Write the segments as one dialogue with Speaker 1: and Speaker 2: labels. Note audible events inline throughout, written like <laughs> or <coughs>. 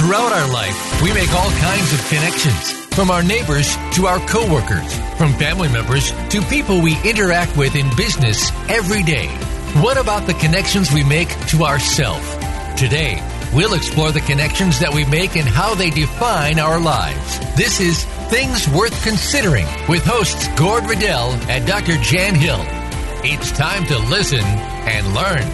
Speaker 1: Throughout our life, we make all kinds of connections from our neighbors to our coworkers, from family members to people we interact with in business every day. What about the connections we make to ourselves? Today, we'll explore the connections that we make and how they define our lives. This is Things Worth Considering with hosts Gord Riddell and Dr. Jan Hill. It's time to listen and learn.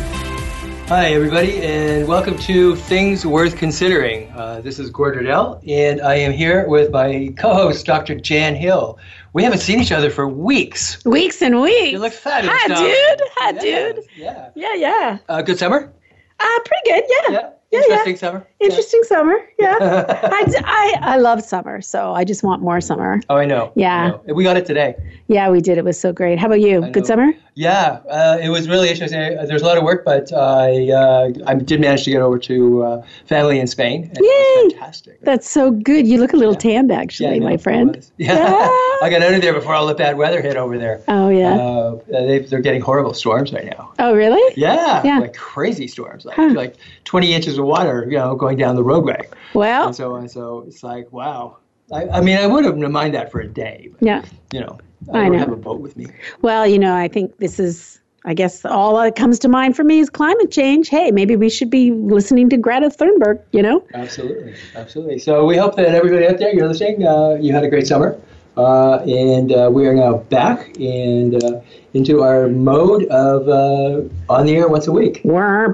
Speaker 2: Hi, everybody, and welcome to Things Worth Considering. Uh, this is Gord Riddell, and I am here with my co host, Dr. Jan Hill. We haven't seen each other for weeks.
Speaker 3: Weeks and weeks.
Speaker 2: You look fabulous.
Speaker 3: Hi,
Speaker 2: Dom.
Speaker 3: dude. Hi,
Speaker 2: Yeah,
Speaker 3: dude.
Speaker 2: Yeah.
Speaker 3: Yeah, yeah.
Speaker 2: Uh, good summer?
Speaker 3: Uh, pretty good. Yeah.
Speaker 2: Yeah.
Speaker 3: Yeah,
Speaker 2: Interesting summer? Yeah.
Speaker 3: Interesting summer. Yeah.
Speaker 2: <laughs>
Speaker 3: I, d- I, I love summer, so I just want more summer.
Speaker 2: Oh, I know.
Speaker 3: Yeah.
Speaker 2: I know. We got it today.
Speaker 3: Yeah, we did. It was so great. How about you?
Speaker 2: I know.
Speaker 3: Good summer?
Speaker 2: Yeah, uh, it was really interesting. There's a lot of work, but I uh, I did manage to get over to uh, family in Spain. And It was
Speaker 3: Yay!
Speaker 2: fantastic.
Speaker 3: That's so good. You look a little tanned,
Speaker 2: Yeah, I
Speaker 3: actually,
Speaker 2: know,
Speaker 3: my
Speaker 2: it
Speaker 3: friend.
Speaker 2: was. <laughs> Yeah.
Speaker 3: <laughs>
Speaker 2: I got out of there before all the bad weather hit over there.
Speaker 3: Oh, yeah.
Speaker 2: Uh, they, they're getting horrible storms right now.
Speaker 3: oh, really?
Speaker 2: Yeah,
Speaker 3: Yeah.
Speaker 2: like crazy storms, like like 20 inches of water, you know, going down the roadway.
Speaker 3: Well,
Speaker 2: And so and so it's like, wow. I, I mean, I would have mind that for a day, but
Speaker 3: yeah.
Speaker 2: you know,
Speaker 3: I
Speaker 2: I, don't
Speaker 3: know.
Speaker 2: have a boat with me.
Speaker 3: Well, you know, I think this is, I guess, all that comes to mind for me is climate change. Hey, maybe we should be listening to Greta Thunberg, you know?
Speaker 2: Absolutely, absolutely. So we hope that everybody out there, you're listening, uh, you had a great summer, uh, and uh, we are now back and uh, into our mode of uh, on the air once a week.
Speaker 3: We're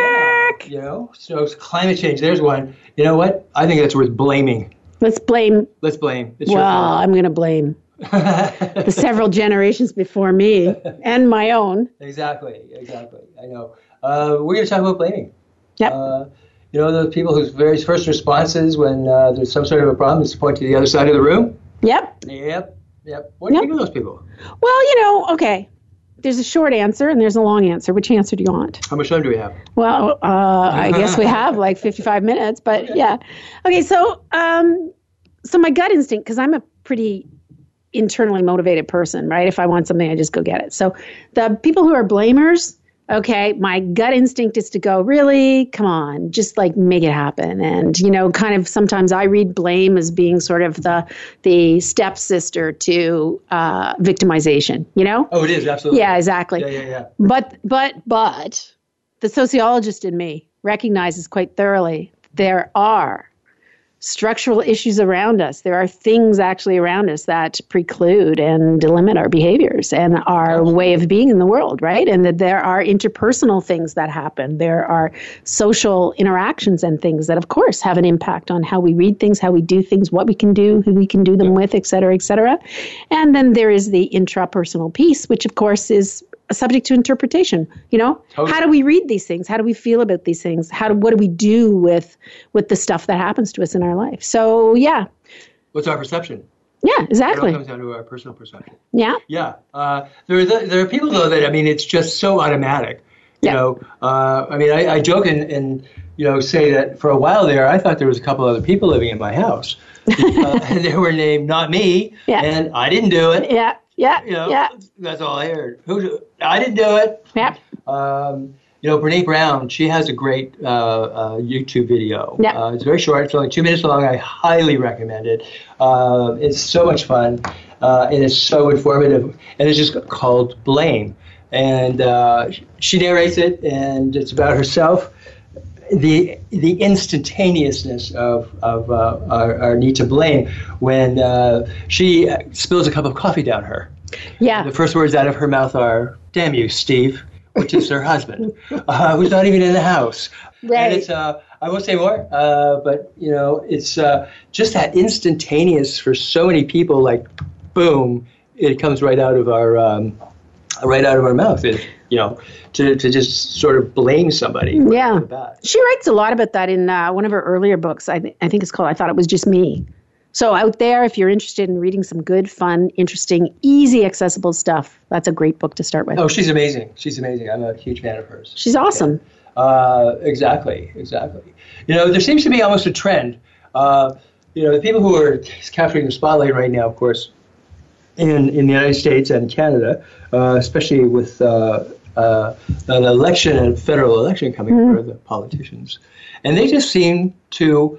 Speaker 3: back.
Speaker 2: You know, so it's climate change. There's one. You know what? I think that's worth blaming.
Speaker 3: Let's blame
Speaker 2: Let's blame. It's your
Speaker 3: Well,
Speaker 2: fault.
Speaker 3: I'm going to blame the several generations before me and my own.
Speaker 2: <laughs> Exactly, exactly. I know. Uh, we're going to talk about blaming.
Speaker 3: Yep.
Speaker 2: Uh, you know, those people whose very first response is when uh, there's some sort of a problem is to point to the other side of the room.
Speaker 3: yep.
Speaker 2: Yep, yep. What do
Speaker 3: Yep.
Speaker 2: you think of those people?
Speaker 3: Well, you know, okay. There's a short answer and there's a long answer. Which answer do you want?
Speaker 2: How much time do we have?
Speaker 3: Well, uh, I
Speaker 2: <laughs>
Speaker 3: guess we have like 55 minutes, but yeah. Okay, so um, so my gut instinct, because I'm a pretty internally motivated person, right? If I want something, I just go get it. So the people who are blamers, okay, my gut instinct is to go, really? Come on, just like make it happen. And, you know, kind of sometimes I read blame as being sort of the the stepsister to uh, victimization, you know?
Speaker 2: Oh, it is, absolutely.
Speaker 3: Yeah, exactly.
Speaker 2: Yeah, yeah, yeah.
Speaker 3: But but but the sociologist in me recognizes quite thoroughly there are structural issues around us. There are things actually around us that preclude and limit our behaviors and our way of being in the world, right? And that there are interpersonal things that happen. There are social interactions and things that of course have an impact on how we read things, how we do things, what we can do, who we can do them with, et cetera, et cetera. And then there is the intrapersonal piece, which of course is subject to interpretation you know
Speaker 2: Totally.
Speaker 3: how do we read these things how do we feel about these things how do what do we do with with the stuff that happens to us in our life so yeah
Speaker 2: What's our perception?
Speaker 3: yeah
Speaker 2: It all
Speaker 3: exactly
Speaker 2: comes down to our personal perception.
Speaker 3: yeah
Speaker 2: Yeah. Uh, there, are th- there are people, though, that, I mean, it's just so automatic. You
Speaker 3: Yeah.
Speaker 2: know, uh, I mean, I, I joke and, and, you know, say that for a while there, I thought there was a couple other people living in my
Speaker 3: <laughs>
Speaker 2: house. uh, and they were named not me,
Speaker 3: Yeah.
Speaker 2: and I didn't do it.
Speaker 3: yeah yeah
Speaker 2: You know,
Speaker 3: yeah
Speaker 2: that's all I heard. Who? I didn't do it.
Speaker 3: yeah
Speaker 2: Um, you know, Brene Brown. She has a great uh, uh, YouTube video.
Speaker 3: Yeah.
Speaker 2: Uh, it's very short. It's only two minutes long. I highly recommend it. Uh, it's so much fun, uh, and it's so informative, and it's just called Blame. And uh, she narrates it, and it's about herself. The, the instantaneousness of, of uh, our, our need to blame when uh, she spills a cup of coffee down her.
Speaker 3: yeah
Speaker 2: The first words out of her mouth are, "Damn you, Steve," which is her husband, <laughs> uh, who's not even in the house.
Speaker 3: Right.
Speaker 2: And it's, uh, I won't say more, uh, but you know, it's uh, just that instantaneous for so many people. Like, boom, it comes right out of our um, right out of our mouth. It, you know, to, to just sort of blame somebody. right
Speaker 3: Yeah.
Speaker 2: off the bat.
Speaker 3: She writes a lot about that in uh, one of her earlier books. I, th- I think it's called I Thought It Was Just Me. So, out there, if you're interested in reading some good, fun, interesting, easy, accessible stuff, that's a great book to start with.
Speaker 2: Oh, she's amazing. She's amazing. I'm a huge fan of hers.
Speaker 3: She's awesome.
Speaker 2: Uh, exactly, exactly. You know, there seems to be almost a trend. Uh, you know, the people who are capturing the spotlight right now, of course, in, in the United States and Canada, uh, especially with uh, uh, an election and federal election coming for the politicians, and they just seem to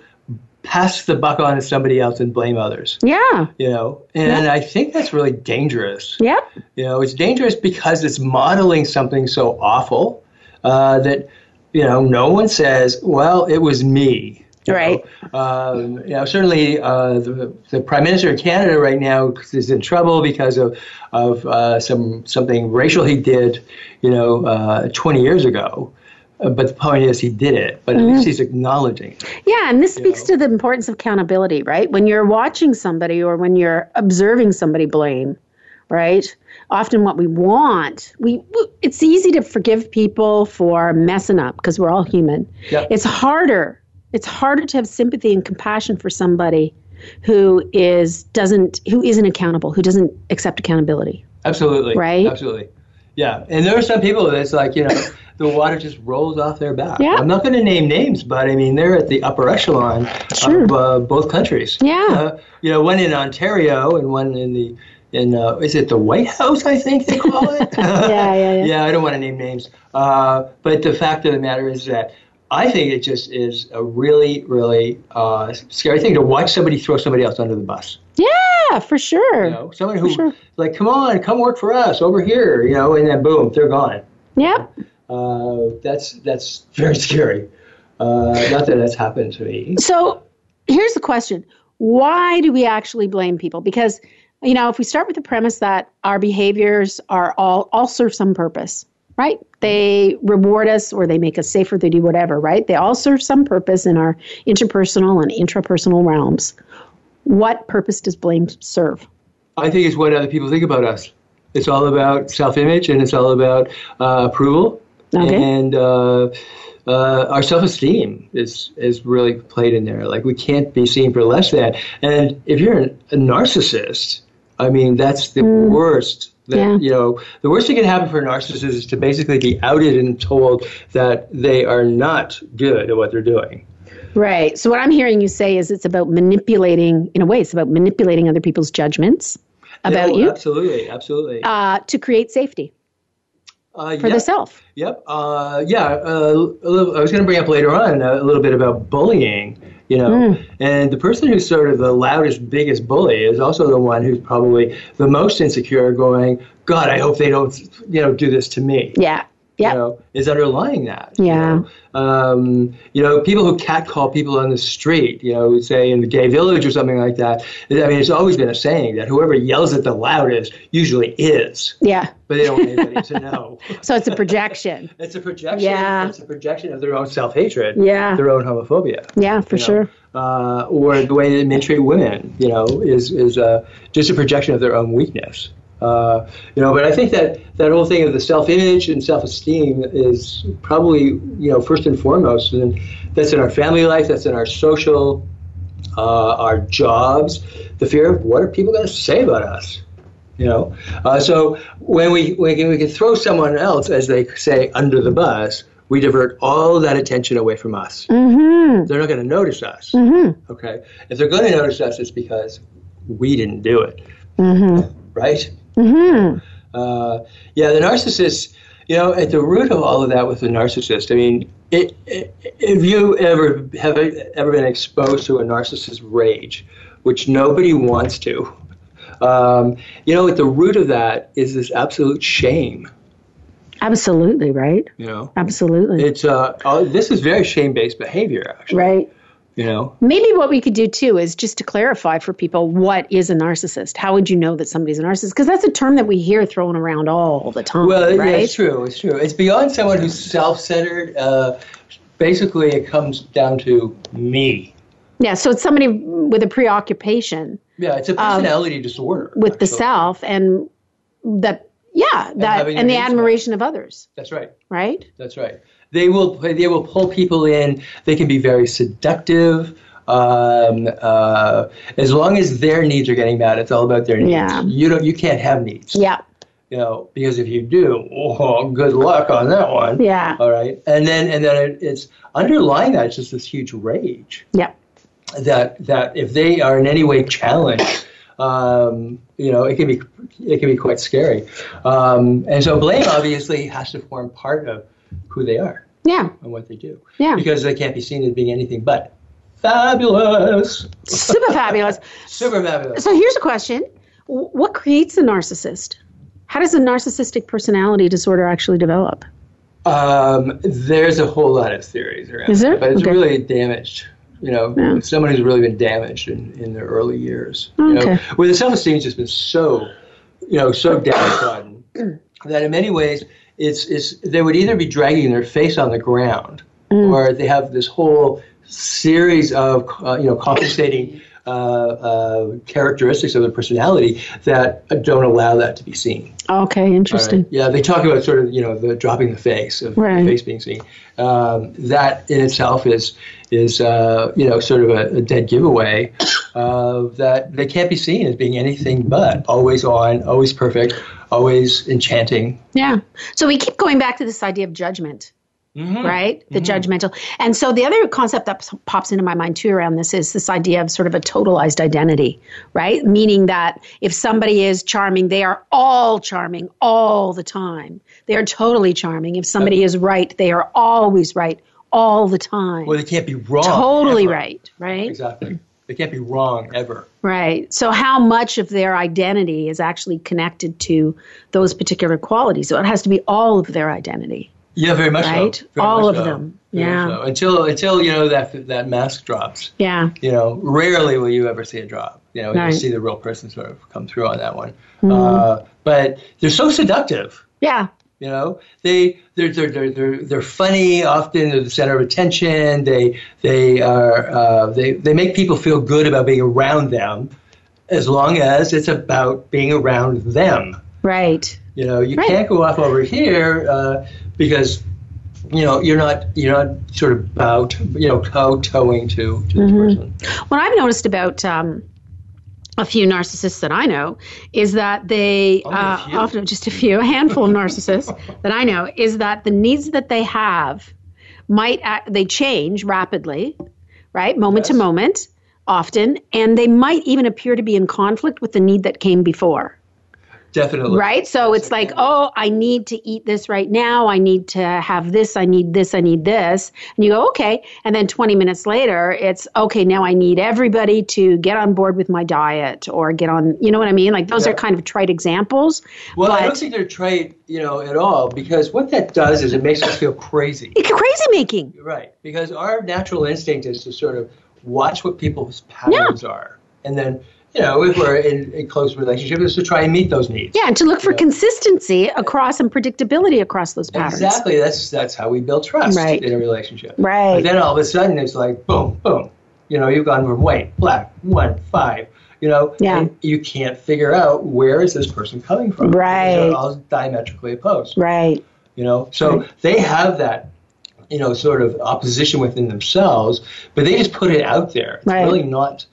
Speaker 2: pass the buck on to somebody else and blame others.
Speaker 3: Yeah.
Speaker 2: You know, and I think that's really dangerous.
Speaker 3: Yep.
Speaker 2: You know, it's dangerous because it's modeling something so awful uh, that you know no one says, "Well, it was me." you know.
Speaker 3: Right.
Speaker 2: Um, you know, certainly uh, the, the prime minister of Canada right now is in trouble because of of uh, some something racial he did, you know, uh, 20 years ago. Uh, but the point is, he did it. But at least he's acknowledging. It.
Speaker 3: Yeah, and this speaks to the importance of accountability, right? When you're watching somebody or when you're observing somebody blame, right? Often what we want, we we- it's easy to forgive people for messing up because we're all human.
Speaker 2: Yep.
Speaker 3: It's harder. It's harder to have sympathy and compassion for somebody who is doesn't who isn't accountable, who doesn't accept accountability.
Speaker 2: Absolutely.
Speaker 3: Right?
Speaker 2: Absolutely. Yeah. And there are some people that's like, you
Speaker 3: <coughs>
Speaker 2: know, the water just rolls off their back.
Speaker 3: Yeah.
Speaker 2: I'm not going to name names, but I mean, they're at the upper echelon
Speaker 3: Sure.
Speaker 2: of uh, both countries.
Speaker 3: Yeah.
Speaker 2: Uh, you know, one in Ontario and one in the, in, uh, is it the White House, I think they call it? <laughs>
Speaker 3: <laughs> Yeah, yeah, yeah.
Speaker 2: I don't want to name names. Uh, but the fact of the matter is that I think it just is a really, really uh, scary thing to watch somebody throw somebody else under the bus.
Speaker 3: Yeah, for sure.
Speaker 2: You know, someone who
Speaker 3: Sure.
Speaker 2: like, come on, come work for us over here, you know, and then boom, they're gone.
Speaker 3: Yep.
Speaker 2: Uh, that's that's very <laughs> scary. Uh, not that that's happened to me.
Speaker 3: So here's the question Why do we actually blame people? Because, you know, if we start with the premise that our behaviors are all, all serve some purpose, right? They reward us or they make us safer, they do whatever, right? They all serve some purpose in our interpersonal and intrapersonal realms. What purpose does blame serve?
Speaker 2: I think it's what other people think about us. It's all about self-image and it's all about uh, approval
Speaker 3: Okay.
Speaker 2: and uh, uh, our self-esteem is is really played in there. Like we can't be seen for less than. And if you're a narcissist, I mean that's the worst. That,
Speaker 3: Hmm. Yeah.
Speaker 2: You know, the worst thing that can happen for a narcissist is to basically be outed and told that they are not good at what they're doing.
Speaker 3: Right. So what I'm hearing you say is it's about manipulating, in a way, it's about manipulating other people's judgments about
Speaker 2: Oh,
Speaker 3: you
Speaker 2: Absolutely, absolutely.
Speaker 3: uh, to create safety
Speaker 2: Uh,
Speaker 3: for
Speaker 2: yeah.
Speaker 3: yourself.
Speaker 2: Yep. Uh, yeah. Uh, a little, I was going to bring up later on uh, a little bit about bullying. You know,
Speaker 3: Mm.
Speaker 2: and the person who's sort of the loudest, biggest bully is also the one who's probably the most insecure, going, "God, I hope they don't, you know, do this to me."
Speaker 3: Yeah. Yeah.
Speaker 2: You know, is underlying that. you
Speaker 3: Yeah.
Speaker 2: know? Um, you know, people who catcall people on the street, you know, say in the gay village or something like that. I mean, it's always been a saying that whoever yells at the loudest usually is,
Speaker 3: Yeah.
Speaker 2: but they don't want anybody to
Speaker 3: <laughs>
Speaker 2: know.
Speaker 3: So it's a projection.
Speaker 2: It's a projection.
Speaker 3: Yeah.
Speaker 2: It's a projection of their own self hatred.
Speaker 3: Yeah.
Speaker 2: Their own homophobia.
Speaker 3: <laughs> yeah, for
Speaker 2: you know.
Speaker 3: sure.
Speaker 2: Uh, or the way that men treat women, you know, is is uh, just a projection of their own weakness. Uh, you know, but I think that that whole thing of the self-image and self-esteem is probably you know first and foremost, and that's in our family life, that's in our social, uh, our jobs, the fear of what are people going to say about us you know uh, so when we when we can throw someone else as they say under the bus we divert all that attention away from us they're not going to notice us okay if they're going to notice us it's because we didn't do it right uh, yeah the narcissist you know at the root of all of that with the narcissist i mean it, it, if you ever have e, ever been exposed to a narcissist rage which nobody wants to um, you know, at the root of that is this absolute shame.
Speaker 3: Absolutely, right?
Speaker 2: You know,
Speaker 3: Absolutely.
Speaker 2: it's uh, oh, this is very shame-based behavior, actually.
Speaker 3: right.
Speaker 2: You know,
Speaker 3: Maybe what we could do too is just to clarify for people what is a narcissist? How would you know that somebody's a narcissist? Because that's a term that we hear thrown around all the time.
Speaker 2: well, yeah,
Speaker 3: right?
Speaker 2: it's true. It's true. It's beyond someone who's self-centered. Uh, basically, it comes down to me.
Speaker 3: yeah, so it's somebody with a preoccupation
Speaker 2: Yeah, it's a personality disorder.
Speaker 3: Um, with the
Speaker 2: actually.
Speaker 3: self and that, yeah, that
Speaker 2: having
Speaker 3: and,
Speaker 2: an
Speaker 3: the
Speaker 2: interest.
Speaker 3: admiration of others,
Speaker 2: That's right.
Speaker 3: right?
Speaker 2: That's right. They will they will pull people in. They can be very seductive. Um, uh, as long as their needs are getting met, it's all about their needs.
Speaker 3: Yeah.
Speaker 2: You don't you can't have needs.
Speaker 3: Yeah.
Speaker 2: you know, because if you do, oh, good luck on that one.
Speaker 3: Yeah.
Speaker 2: All right, and then and then it, it's underlying that it's just this huge rage
Speaker 3: Yeah.
Speaker 2: that that if they are in any way challenged, um, you know, it can be it can be quite scary, um, and so blame obviously has to form part of who they are
Speaker 3: Yeah.
Speaker 2: and what they do.
Speaker 3: Yeah.
Speaker 2: because they can't be seen as being anything but. fabulous.
Speaker 3: Super fabulous.
Speaker 2: Super fabulous.
Speaker 3: So here's a question W- What creates a narcissist? How does a narcissistic personality disorder actually develop?
Speaker 2: Um, there's a whole lot of theories around
Speaker 3: Is there?
Speaker 2: it, but it's
Speaker 3: Okay.
Speaker 2: really damaged. You know,
Speaker 3: Yeah.
Speaker 2: someone who's really been damaged in, in their early years. You know,
Speaker 3: Okay.
Speaker 2: where the self-esteem's just been so, you know, so downtrodden <clears throat> that in many ways it's, it's they would either be dragging their face on the ground
Speaker 3: Mm.
Speaker 2: or they have this whole series of uh, you know compensating uh, uh, characteristics of their personality that don't allow that to be seen.
Speaker 3: Okay,
Speaker 2: Right.
Speaker 3: interesting.
Speaker 2: Yeah, they talk about sort of you know the dropping the face of
Speaker 3: Right.
Speaker 2: the face being seen. Um, that in itself is is uh, you know sort of a, a dead giveaway uh, that they can't be seen as being anything but always on, always perfect, always enchanting.
Speaker 3: Yeah. So we keep going back to this idea of judgment,
Speaker 2: Mm-hmm.
Speaker 3: right? The judgmental. And so the other concept that p- pops into my mind too around this is this idea of sort of a totalized identity, right? Meaning that if somebody is charming, they are all charming all the time. They are totally charming. If somebody is right, they are always right all the time.
Speaker 2: Well, they can't be wrong.
Speaker 3: totally
Speaker 2: ever.
Speaker 3: right, right?
Speaker 2: Exactly. They can't be wrong ever.
Speaker 3: Right. So, how much of their identity is actually connected to those particular qualities? So, it has to be all of their identity.
Speaker 2: Yeah, very much so.
Speaker 3: Right?
Speaker 2: Very
Speaker 3: All
Speaker 2: much
Speaker 3: of
Speaker 2: so.
Speaker 3: them.
Speaker 2: Very much
Speaker 3: Yeah.
Speaker 2: so. Until until you know that that mask drops.
Speaker 3: Yeah.
Speaker 2: you know, rarely will you ever see a drop. You know,
Speaker 3: Right. Mm-hmm.
Speaker 2: you see the real person sort of come through on that one. Uh, but they're so seductive.
Speaker 3: Yeah.
Speaker 2: You know, they they're they're they're they're, they're funny. Often they're the center of attention. They they are uh, they they make people feel good about being around them, as long as it's about being around them.
Speaker 3: Right.
Speaker 2: You know, you
Speaker 3: Right.
Speaker 2: can't go off over here uh, because you know you're not you're not sort of bowed you know toe towing to to
Speaker 3: Mm-hmm.
Speaker 2: this person.
Speaker 3: What I've noticed about um, a few narcissists that I know is that they
Speaker 2: a
Speaker 3: uh,
Speaker 2: few?
Speaker 3: often just a few,
Speaker 2: <laughs>
Speaker 3: a handful of narcissists that I know is that the needs that they have might act, they change rapidly, right, moment to
Speaker 2: Yes.
Speaker 3: moment, often, and they might even appear to be in conflict with the need that came before.
Speaker 2: Definitely.
Speaker 3: Right? So it's like, oh, I need to eat this right now. I need to have this. I need this. I need this. And you go, okay. And then 20 minutes later, it's, okay, now I need everybody to get on board with my diet or get on, you know what I mean? Like those
Speaker 2: Yeah.
Speaker 3: are kind of trite examples.
Speaker 2: Well, I don't
Speaker 3: but
Speaker 2: think they're trite, you know, at all, because what that does is it makes us feel
Speaker 3: <laughs>
Speaker 2: crazy,
Speaker 3: it's crazy making.
Speaker 2: right? Because our natural instinct is to sort of watch what people's patterns are, and then you know, if we're in a close relationship, is to try and meet those needs.
Speaker 3: Yeah. And to look for consistency across and predictability across those patterns.
Speaker 2: Exactly. That's that's how we build trust
Speaker 3: Right.
Speaker 2: in a relationship.
Speaker 3: Right.
Speaker 2: But then all of a sudden it's like boom, boom. You know, you've gone from white, black, one, five. You know,
Speaker 3: Yeah.
Speaker 2: and you can't figure out where is this person coming from. because
Speaker 3: Right.
Speaker 2: They're all diametrically opposed.
Speaker 3: Right.
Speaker 2: you know so they have that you know sort of opposition within themselves but they just put it out there it's
Speaker 3: Right.
Speaker 2: really not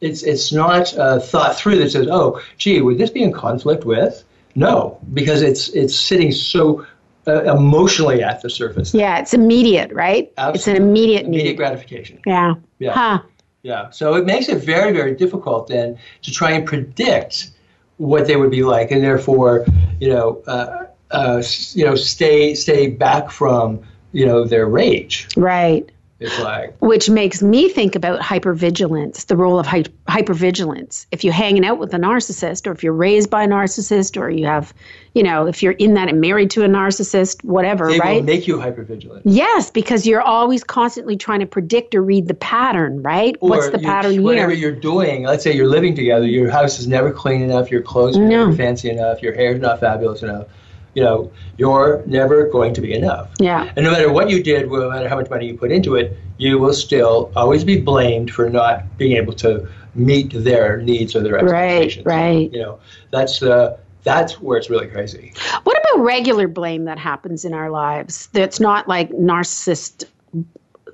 Speaker 2: it's it's not uh, thought through that says oh gee would this be in conflict with no because it's it's sitting so uh, emotionally at the surface
Speaker 3: Yeah. It's immediate, right? It's an immediate,
Speaker 2: immediate
Speaker 3: need.
Speaker 2: gratification
Speaker 3: yeah.
Speaker 2: Yeah.
Speaker 3: Huh.
Speaker 2: yeah so it makes it very very difficult then to try and predict what they would be like and therefore you know uh, uh, s- you know stay stay back from you know their rage
Speaker 3: Right.
Speaker 2: It's like,
Speaker 3: which makes me think about hypervigilance, the role of hy- hypervigilance. If you're hanging out with a narcissist, or if you're raised by a narcissist, or you have, you know, if you're in that and married to a narcissist, whatever,
Speaker 2: they will
Speaker 3: right?
Speaker 2: make you hypervigilant.
Speaker 3: yes, because you're always constantly trying to predict or read the pattern, right? What's
Speaker 2: Or
Speaker 3: the
Speaker 2: you-
Speaker 3: pattern
Speaker 2: Whatever
Speaker 3: here?
Speaker 2: you're doing, let's say you're living together, your house is never clean enough, your clothes are
Speaker 3: No.
Speaker 2: never fancy enough, your hair's not fabulous enough. You know, you're never going to be enough.
Speaker 3: Yeah,
Speaker 2: And no matter what you did, no matter how much money you put into it, you will still always be blamed for not being able to meet their needs or their
Speaker 3: right,
Speaker 2: expectations.
Speaker 3: right.
Speaker 2: You know, that's the that's where it's really crazy.
Speaker 3: What about regular blame that happens in our lives that's not like narcissist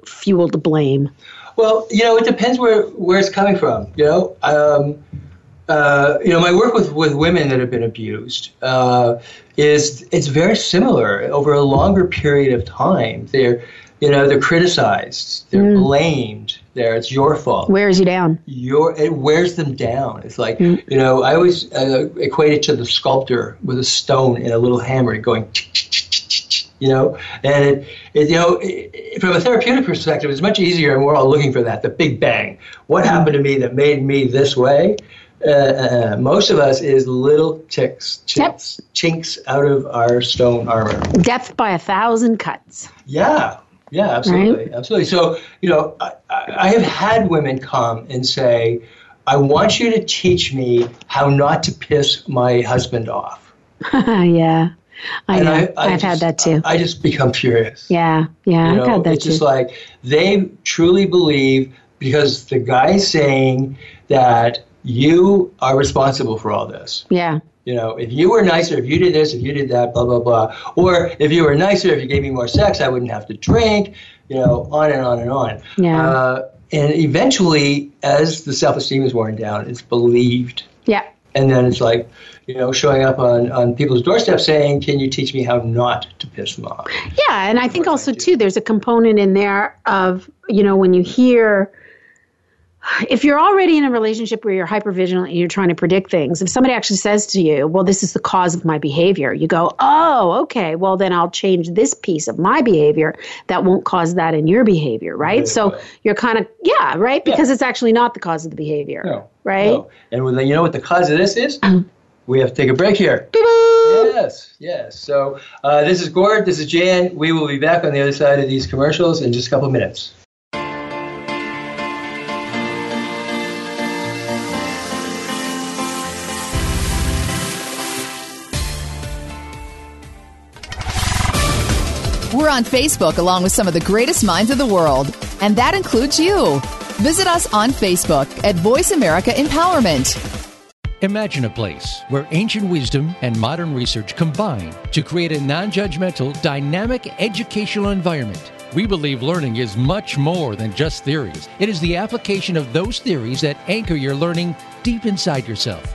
Speaker 3: fueled blame?
Speaker 2: Well, you know, it depends where where it's coming from. You know, um, uh, you know, my work with with women that have been abused uh, is it's very similar over a longer period of time. They're you know they're criticized, they're blamed. There, it's your fault.
Speaker 3: Wears you down.
Speaker 2: Your it wears them down. It's like you know I always uh, equate it to the sculptor with a stone and a little hammer going. tick, tick, tick, tick, tick, tick. you know. And it, it you know, it, from a therapeutic perspective, it's much easier, and we're all looking for that, the big bang. What happened to me that made me this way? Uh, uh, most of us is little ticks, chinks, chinks out of our stone armor.
Speaker 3: Death by a thousand cuts.
Speaker 2: Yeah,
Speaker 3: <laughs>
Speaker 2: yeah, absolutely, absolutely. So you know, I, I I have had women come and say, "I want you to teach me how not to piss my husband off."
Speaker 3: yeah. I
Speaker 2: And
Speaker 3: know. I,
Speaker 2: I, I
Speaker 3: have
Speaker 2: just-
Speaker 3: had that too.
Speaker 2: I just become furious.
Speaker 3: yeah. Yeah.
Speaker 2: You
Speaker 3: I've
Speaker 2: know,
Speaker 3: had that
Speaker 2: it's
Speaker 3: too.
Speaker 2: just like they truly believe because the guy's saying that you are responsible for all this.
Speaker 3: yeah.
Speaker 2: You know, if you were nicer, if you did this, if you did that, blah blah blah. Or if you were nicer, if you gave me more sex, I wouldn't have to drink. You know, on and on and on.
Speaker 3: Yeah.
Speaker 2: Uh, and eventually, as the self-esteem is worn down, it's believed.
Speaker 3: Yeah.
Speaker 2: And then it's like, you know, showing up on, on people's doorsteps saying, Can you teach me how not to piss them off?
Speaker 3: Yeah, and I think also too, there's a component in there of you know when you hear, if you're already in a relationship where you're hypervigilant and you're trying to predict things, if somebody actually says to you, "Well, this is the cause of my behavior," you go, "Oh, okay. Well, then I'll change this piece of my behavior that won't cause that in your behavior, right?" so
Speaker 2: right.
Speaker 3: you're kind of yeah, right, because it's actually not the cause of the behavior,
Speaker 2: No.
Speaker 3: right?
Speaker 2: No. And when, you know what the cause of this is? we have to take a break here. Yes, yes. So uh, this is Gord, this is Jan. We will be back on the other side of these commercials in just a couple minutes.
Speaker 4: We're on Facebook along with some of the greatest minds of the world, and that includes you. Visit us on Facebook at Voice America Empowerment.
Speaker 1: Imagine a place where ancient wisdom and modern research combine to create a non judgmental, dynamic educational environment. We believe learning is much more than just theories, it is the application of those theories that anchor your learning deep inside yourself.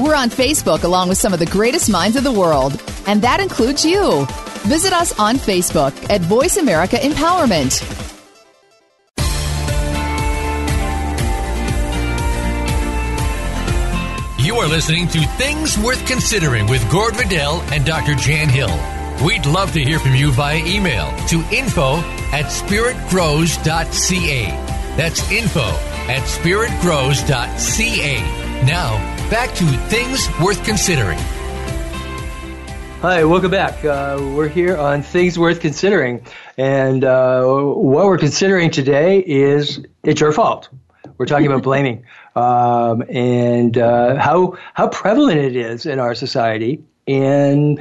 Speaker 4: We're on Facebook along with some of the greatest minds of the world, and that includes you. Visit us on Facebook at Voice America Empowerment.
Speaker 1: You are listening to Things Worth Considering with Gord Vidal and Dr. Jan Hill. We'd love to hear from you via email to info at spiritgrows.ca. That's info at spiritgrows.ca. Now, back to Things Worth Considering.
Speaker 2: Hi, welcome back. Uh, we're here on Things Worth Considering. And uh, what we're considering today is it's your fault. We're talking about blaming um, and uh, how, how prevalent it is in our society. And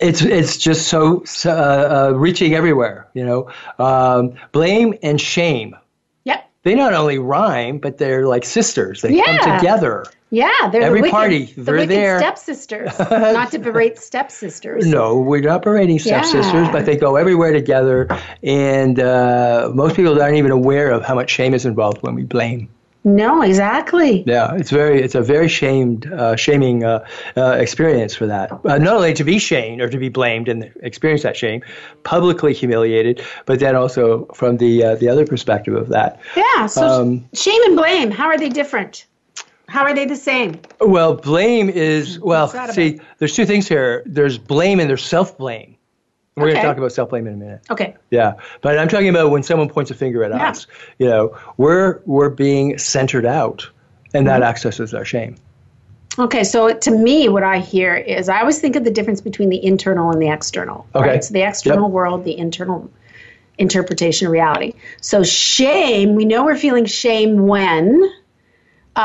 Speaker 2: it's, it's just so, so, uh, uh, reaching everywhere, you know. Um, blame and shame.
Speaker 3: Yep.
Speaker 2: They not only rhyme, but they're like sisters. They come
Speaker 3: Yeah.
Speaker 2: together.
Speaker 3: Yeah, they're
Speaker 2: Every
Speaker 3: the wicked,
Speaker 2: party,
Speaker 3: the
Speaker 2: they're
Speaker 3: wicked
Speaker 2: there. <laughs>
Speaker 3: stepsisters. Not to berate stepsisters.
Speaker 2: No, we're not parading stepsisters,
Speaker 3: Yeah.
Speaker 2: but they go everywhere together. And uh, most people aren't even aware of how much shame is involved when we blame.
Speaker 3: No, exactly.
Speaker 2: Yeah, it's very, it's a very shamed, uh, shaming uh, uh, experience for that. Uh, not only to be shamed or to be blamed and experience that shame, publicly humiliated, but then also from the uh, the other perspective of that.
Speaker 3: Yeah. So
Speaker 2: Um,
Speaker 3: shame and blame, how are they different? How are they the same?
Speaker 2: Well, blame is well.
Speaker 3: that about?
Speaker 2: See, there's two things here. There's blame and there's self-blame. We're going
Speaker 3: Okay.
Speaker 2: to talk about self-blame in a minute.
Speaker 3: Okay.
Speaker 2: Yeah, but I'm talking about when someone points a finger at
Speaker 3: Yeah.
Speaker 2: us. You know, we're we're being centered out, and
Speaker 3: Mm-hmm.
Speaker 2: that accesses our shame.
Speaker 3: Okay, so to me, what I hear is I always think of the difference between the internal and the external.
Speaker 2: Okay.
Speaker 3: Right? So the external
Speaker 2: Yep.
Speaker 3: world, the internal interpretation of reality. So shame, we know we're feeling shame when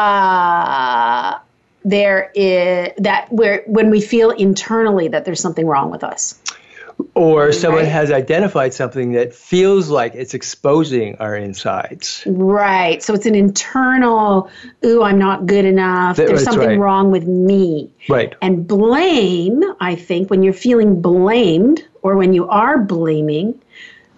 Speaker 3: uh, there is that we're when we feel internally that there's something wrong with us.
Speaker 2: Or someone
Speaker 3: Right.
Speaker 2: has identified something that feels like it's exposing our insides.
Speaker 3: Right. So it's an internal, ooh, I'm not good enough.
Speaker 2: That-
Speaker 3: There's
Speaker 2: that's
Speaker 3: something
Speaker 2: right.
Speaker 3: wrong with me.
Speaker 2: Right.
Speaker 3: And blame, I think, when you're feeling blamed or when you are blaming,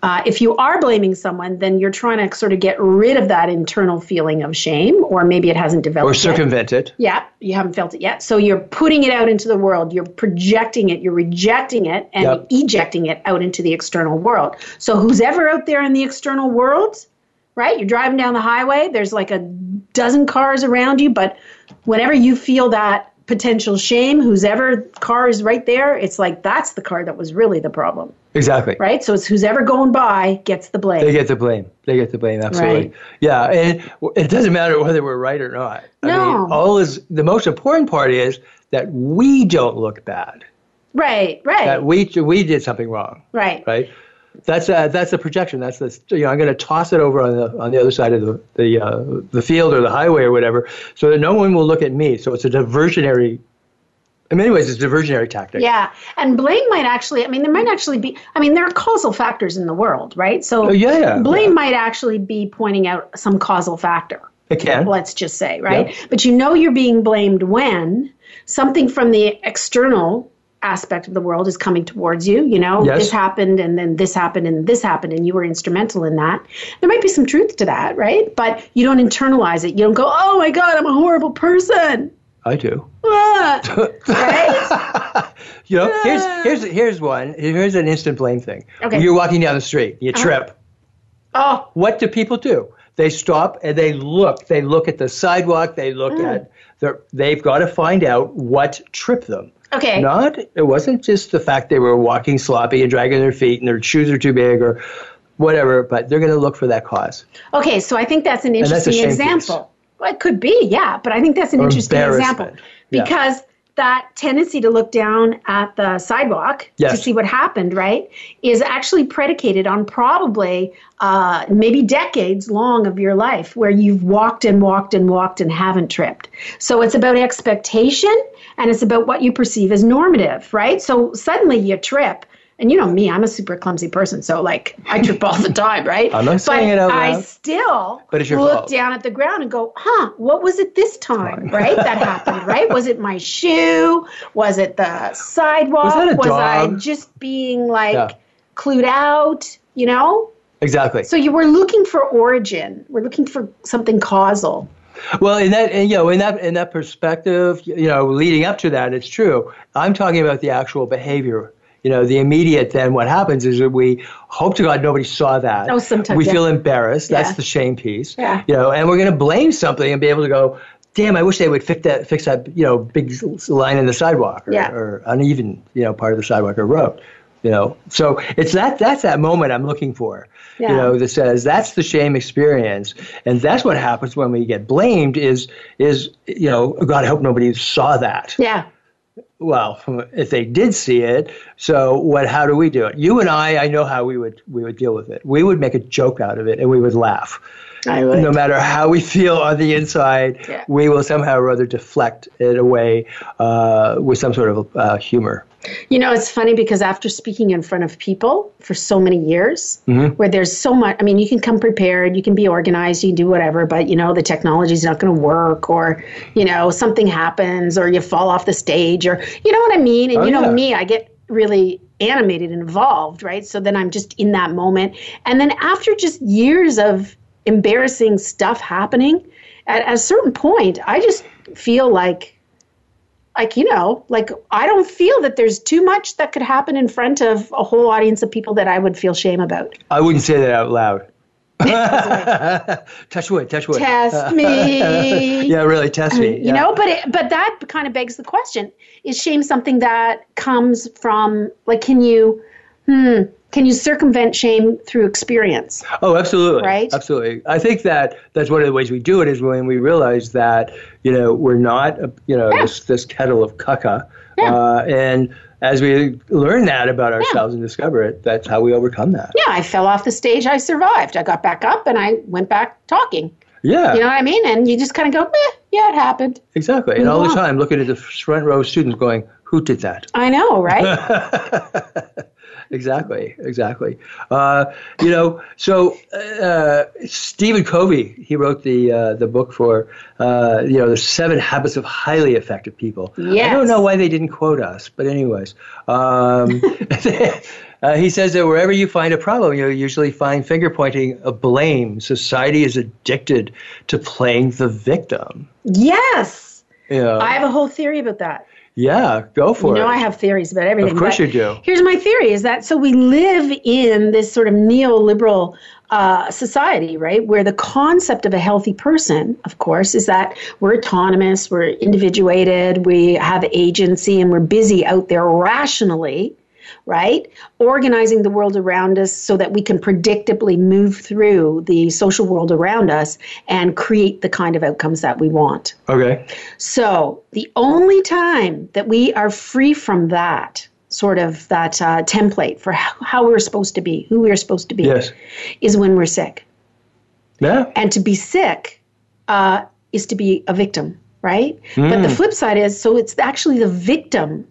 Speaker 3: uh, if you are blaming someone, then you're trying to sort of get rid of that internal feeling of shame, or maybe it hasn't developed.
Speaker 2: Or
Speaker 3: yet.
Speaker 2: circumvent it.
Speaker 3: Yeah, you haven't felt it yet. So you're putting it out into the world. You're projecting it. You're rejecting it and
Speaker 2: Yep.
Speaker 3: ejecting it out into the external world. So who's ever out there in the external world, right? You're driving down the highway. There's like a dozen cars around you, but whenever you feel that potential shame, who's ever car is right there, it's like that's the car that was really the problem,
Speaker 2: Exactly.
Speaker 3: right? So it's who's ever going by gets the blame.
Speaker 2: They get the blame. They get the blame. Absolutely.
Speaker 3: Right.
Speaker 2: Yeah, and it doesn't matter whether we're right or not. I
Speaker 3: No.
Speaker 2: mean, all is the most important part is that we don't look bad.
Speaker 3: right, right,
Speaker 2: That we we did something wrong,
Speaker 3: right,
Speaker 2: right? That's a, that's the projection. That's the you know I'm going to toss it over on the on the other side of the the uh, the field or the highway or whatever, so that no one will look at me. So it's a diversionary. In many ways, it's a diversionary tactic.
Speaker 3: Yeah, and blame might actually. I mean, there might
Speaker 2: Mm.
Speaker 3: actually be. I mean, there are causal factors in the world, right? So
Speaker 2: Oh, yeah, yeah.
Speaker 3: blame might actually be pointing out some causal factor.
Speaker 2: It can.
Speaker 3: Let's just say, right? But you know, you're being blamed when something from the external aspect of the world is coming towards you. You know,
Speaker 2: Yes.
Speaker 3: this happened, and then this happened, and this happened, and you were instrumental in that. There might be some truth to that, right? But you don't internalize it. You don't go, "Oh my God, I'm a horrible person." <laughs>
Speaker 2: I do.
Speaker 3: Ah, right?
Speaker 2: You know, here's here's here's one. Here's an instant blame thing.
Speaker 3: Okay. Uh-huh.
Speaker 2: You're walking down the street, you trip.
Speaker 3: Oh,
Speaker 2: What do people do? They stop and they look. They look at the sidewalk. They look
Speaker 3: Mm.
Speaker 2: at. They're, they've got to find out what tripped them.
Speaker 3: okay.
Speaker 2: Not. It wasn't just the fact they were walking sloppy and dragging their feet and their shoes are too big or whatever. But they're going to look for that cause.
Speaker 3: Okay, so I think that's an
Speaker 2: that's a
Speaker 3: interesting
Speaker 2: shame
Speaker 3: example. Well, it could be, yeah, but I think that's an
Speaker 2: Or
Speaker 3: interesting example
Speaker 2: embarrassment, yeah.
Speaker 3: because that tendency to look down at the sidewalk to
Speaker 2: Yes.
Speaker 3: see what happened, right, is actually predicated on probably uh, maybe decades long of your life where you've walked and walked and walked and haven't tripped. So it's about expectation and it's about what you perceive as normative, right? So suddenly you trip. And you know me, I'm a super clumsy person, so like I trip all the time, right?
Speaker 2: I'm not
Speaker 3: But
Speaker 2: saying it out
Speaker 3: I
Speaker 2: loud.
Speaker 3: still
Speaker 2: But it's your
Speaker 3: look
Speaker 2: fault.
Speaker 3: down at the ground and go, huh, what was it this time? Right?
Speaker 2: <laughs>
Speaker 3: That happened, right? Was it my shoe? Was it the sidewalk?
Speaker 2: Was that a
Speaker 3: I
Speaker 2: dog?
Speaker 3: just being like
Speaker 2: Yeah.
Speaker 3: clued out? You know?
Speaker 2: Exactly.
Speaker 3: So you were looking for origin. We're looking for something causal.
Speaker 2: Well, in that, and, you know, in that, in that perspective, you know, leading up to that, it's true. I'm talking about the actual behavior. You know, the immediate. Then what happens is that we hope to God nobody saw that.
Speaker 3: Oh, sometimes,
Speaker 2: we
Speaker 3: yeah.
Speaker 2: feel embarrassed.
Speaker 3: Yeah.
Speaker 2: That's the shame piece.
Speaker 3: Yeah.
Speaker 2: You know, and we're going to blame something and be able to go, "Damn, I wish they would fix that, fix that, you know, big s- line in the sidewalk or,
Speaker 3: Yeah.
Speaker 2: or uneven, you know, part of the sidewalk or road." You know, so it's that that's that moment I'm looking for.
Speaker 3: Yeah.
Speaker 2: You know, that says that's the shame experience and that's what happens when we get blamed is is you know god i hope nobody saw that
Speaker 3: Yeah.
Speaker 2: well if they did see it so what how do we do it you and i i know how we would we would deal with it we would make a joke out of it and we would laugh
Speaker 3: I would.
Speaker 2: no matter how we feel on the inside
Speaker 3: Yeah.
Speaker 2: we will somehow or other deflect it away uh, with some sort of uh, humor
Speaker 3: You know, it's funny because after speaking in front of people for so many years,
Speaker 2: Mm-hmm.
Speaker 3: where there's so much, I mean, you can come prepared, you can be organized, you can do whatever, but you know, the technology's not going to work, or, you know, something happens, or you fall off the stage, or, you know what I mean? And
Speaker 2: Oh,
Speaker 3: you know
Speaker 2: yeah.
Speaker 3: me, I get really animated and involved, right? So then I'm just in that moment. And then after just years of embarrassing stuff happening, at a certain point, I just feel like, like you know like i don't feel that there's too much that could happen in front of a whole audience of people that i would feel shame about
Speaker 2: i wouldn't say that out loud <laughs> touch wood, touch wood.
Speaker 3: <laughs> Test me.
Speaker 2: yeah, really, test me.
Speaker 3: Um, You know, but it, but that kind of begs the question: Is shame something that comes from like can you hmm, can you circumvent shame through experience?
Speaker 2: Oh, absolutely.
Speaker 3: Right?
Speaker 2: Absolutely. I think that that's one of the ways we do it is when we realize that, you know, we're not, a- you know, this, this kettle of caca. Uh, and as we learn that about ourselves and discover it, that's how we overcome that.
Speaker 3: Yeah, I fell off the stage. I survived. I got back up and I went back talking.
Speaker 2: Yeah,
Speaker 3: You know what I mean? And you just kind of go, eh, yeah, it happened.
Speaker 2: exactly. And all the
Speaker 3: Yeah.
Speaker 2: time looking at the front row students going, who did that?
Speaker 3: I know, <laughs> right?
Speaker 2: Exactly, exactly. Uh, you know, so uh, Stephen Covey, he wrote the uh, the book for uh, you know the Seven Habits of Highly Effective People. I don't
Speaker 3: Yes.
Speaker 2: know why they didn't quote us, but anyways, um, <laughs> uh, he says that wherever you find a problem, you usually find finger pointing of blame. Society is addicted to playing the victim.
Speaker 3: yes.
Speaker 2: Yeah,
Speaker 3: I have a whole theory about that.
Speaker 2: yeah, go for
Speaker 3: You
Speaker 2: it.
Speaker 3: know, I have theories about everything.
Speaker 2: Of course
Speaker 3: but
Speaker 2: you do.
Speaker 3: Here's my theory: is that so we live in this sort of neoliberal uh, society, right? Where the concept of a healthy person, of course, is that we're autonomous, we're individuated, we have agency, and we're busy out there rationally. Right? Organizing the world around us so that we can predictably move through the social world around us and create the kind of outcomes that we want.
Speaker 2: okay,
Speaker 3: So the only time that we are free from that sort of that uh, template for how, how we're supposed to be, who we're supposed to be,
Speaker 2: yes,
Speaker 3: is when we're sick.
Speaker 2: yeah,
Speaker 3: And to be sick uh, is to be a victim, right? But the flip side is, so it's actually the victim.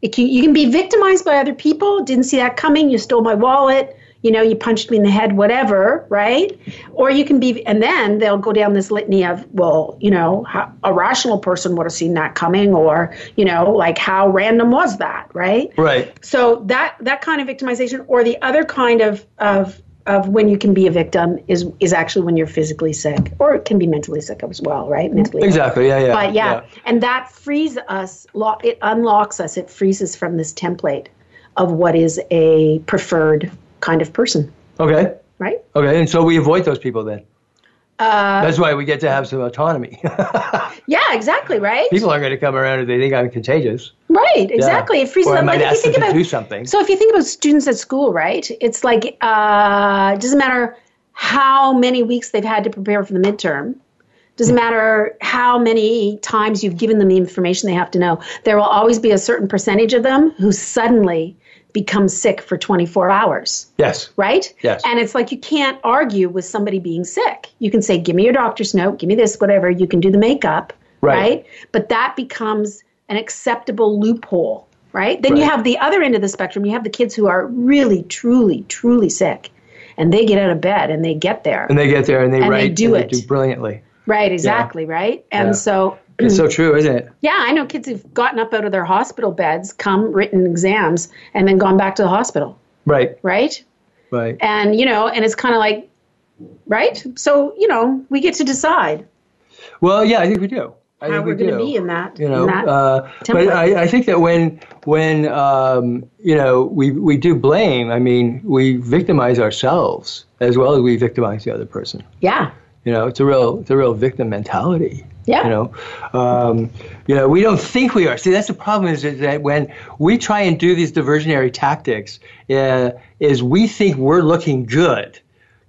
Speaker 3: It can, you can be victimized by other people. Didn't see that coming. You stole my wallet. You know, you punched me in the head, whatever, right? Or you can be, and then they'll go down this litany of, well, you know, how, a rational person would have seen that coming, or, you know, like how random was that, right?
Speaker 2: right.
Speaker 3: So that that kind of victimization, or the other kind of of of when you can be a victim is is actually when you're physically sick, or it can be mentally sick as well, right? Mentally, ill.
Speaker 2: Exactly. Yeah, yeah.
Speaker 3: But yeah, and that frees us. lo- It unlocks us. It frees us from this template of what is a preferred kind of person,
Speaker 2: Okay.
Speaker 3: right?
Speaker 2: Okay, and so we avoid those people then.
Speaker 3: Uh,
Speaker 2: That's why we get to have some autonomy. <laughs>
Speaker 3: Yeah, exactly, right.
Speaker 2: people aren't going to come around if they think I'm contagious.
Speaker 3: Right, exactly. It freezes
Speaker 2: Or I
Speaker 3: them.
Speaker 2: might
Speaker 3: Like if you
Speaker 2: ask them
Speaker 3: think
Speaker 2: to
Speaker 3: about
Speaker 2: do something.
Speaker 3: So if you think about students at school, right? It's like uh, it doesn't matter how many weeks they've had to prepare for the midterm. Doesn't
Speaker 2: Hmm.
Speaker 3: matter how many times you've given them the information they have to know. There will always be a certain percentage of them who suddenly become sick for 24 hours
Speaker 2: Yes.
Speaker 3: right?
Speaker 2: Yes.
Speaker 3: And it's like you can't argue with somebody being sick. You can say, give me your doctor's note, give me this, whatever. You can do the makeup,
Speaker 2: Right.
Speaker 3: right? But that becomes an acceptable loophole, right? Then you
Speaker 2: Right.
Speaker 3: have the other end of the spectrum. You have the kids who are really, truly, truly sick. And they get out of bed and they get there.
Speaker 2: And they get there and they
Speaker 3: they
Speaker 2: write
Speaker 3: do
Speaker 2: and
Speaker 3: it.
Speaker 2: They do brilliantly.
Speaker 3: right, exactly, right? And
Speaker 2: Yeah.
Speaker 3: so,
Speaker 2: It's so true, isn't it?
Speaker 3: yeah, I know kids who've gotten up out of their hospital beds, come written exams, and then gone back to the hospital,
Speaker 2: Right.
Speaker 3: right?
Speaker 2: Right.
Speaker 3: and you know and it's kind of like right so you know we get to decide
Speaker 2: Well, yeah, I think we do. I
Speaker 3: how
Speaker 2: think
Speaker 3: we're
Speaker 2: we
Speaker 3: going to
Speaker 2: do.
Speaker 3: be in that
Speaker 2: you know
Speaker 3: in that
Speaker 2: uh, but
Speaker 3: template.
Speaker 2: I, I think that when when um, you know we, we do blame i mean we victimize ourselves as well as we victimize the other person
Speaker 3: yeah
Speaker 2: You know, it's a real, it's a real victim mentality.
Speaker 3: Yeah.
Speaker 2: You know, um, you know, we don't think we are. See, that's the problem is, is that when we try and do these diversionary tactics, uh, is we think we're looking good.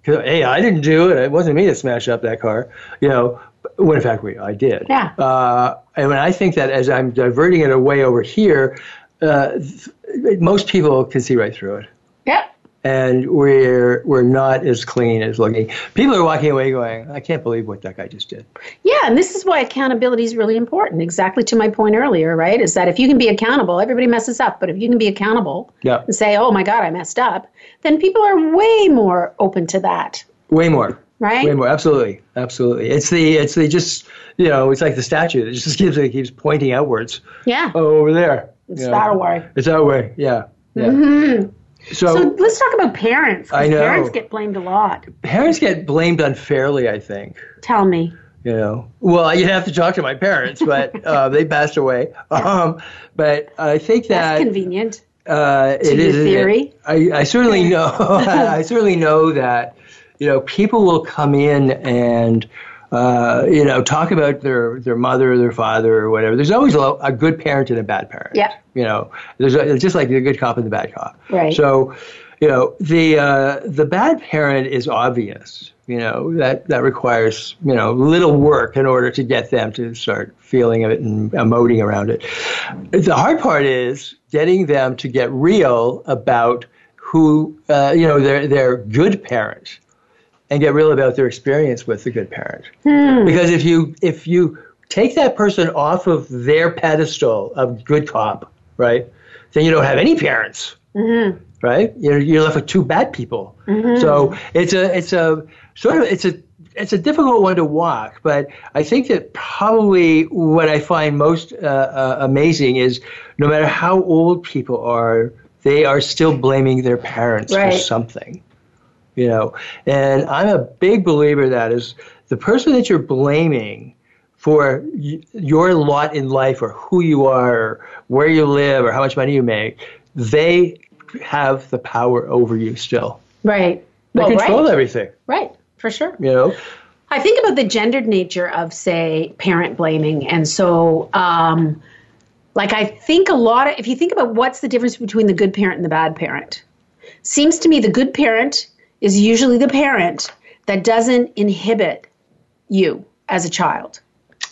Speaker 2: 'Cause, Hey, I didn't do it. It wasn't me that smashed up that car. You know, when in fact we, I did.
Speaker 3: Yeah.
Speaker 2: Uh, and when I think that as I'm diverting it away over here, uh, th- most people can see right through it
Speaker 3: yeah
Speaker 2: and we're we're not as clean as looking. People are walking away going, I can't believe what that guy just did.
Speaker 3: yeah and this is why accountability is really important exactly to my point earlier right is that if you can be accountable everybody messes up but if you can be accountable
Speaker 2: Yeah,
Speaker 3: and say oh my god i messed up then people are way more open to that
Speaker 2: way more,
Speaker 3: right
Speaker 2: way more. Absolutely, absolutely. It's the it's the just you know it's like the statue. It just keeps it keeps pointing outward.
Speaker 3: yeah
Speaker 2: Oh, over there.
Speaker 3: it's
Speaker 2: You know,
Speaker 3: that way Mm-hmm.
Speaker 2: It's that way. Yeah. Yeah. So,
Speaker 3: so let's talk about parents 'cause
Speaker 2: Oh. I know.
Speaker 3: parents get blamed a lot
Speaker 2: parents get blamed unfairly. I think.
Speaker 3: tell me
Speaker 2: You know. Well, you'd have to talk to my parents, but uh, they passed away. Um, but I think that
Speaker 3: that's convenient
Speaker 2: uh, it
Speaker 3: your
Speaker 2: is-
Speaker 3: theory?
Speaker 2: <laughs> I, I certainly know. I certainly know that you know, people will come in and uh, you know talk about their their mother, or their father, or whatever. There's always a, a good parent and a bad parent.
Speaker 3: Yeah.
Speaker 2: You know, there's a, it's just like the good cop and the bad cop.
Speaker 3: Right.
Speaker 2: So, you know, the uh, the bad parent is obvious. You know that that requires you know little work in order to get them to start feeling it and emoting around it. The hard part is getting them to get real about who uh, you know their their good parent and get real about their experience with the good parent. Because if you if you take that person off of their pedestal of good cop, right, then you don't have any parents, right? You're, you're left with two bad people. So it's a it's a sort of it's a it's a difficult one to walk, but I think that probably what I find most uh, uh, amazing is no matter how old people are, they are still blaming their parents for
Speaker 3: Right.
Speaker 2: something you know and i'm a big believer that is the person that you're blaming for y- your lot in life or who you are or where you live or how much money you make they have the power over you still
Speaker 3: Right.
Speaker 2: they
Speaker 3: Well,
Speaker 2: control
Speaker 3: right.
Speaker 2: everything
Speaker 3: Right. For sure.
Speaker 2: you know
Speaker 3: I think about the gendered nature of, say, parent blaming. And so, um, like, I think a lot of, if you think about what's the difference between the good parent and the bad parent, seems to me the good parent is usually the parent that doesn't inhibit you as a child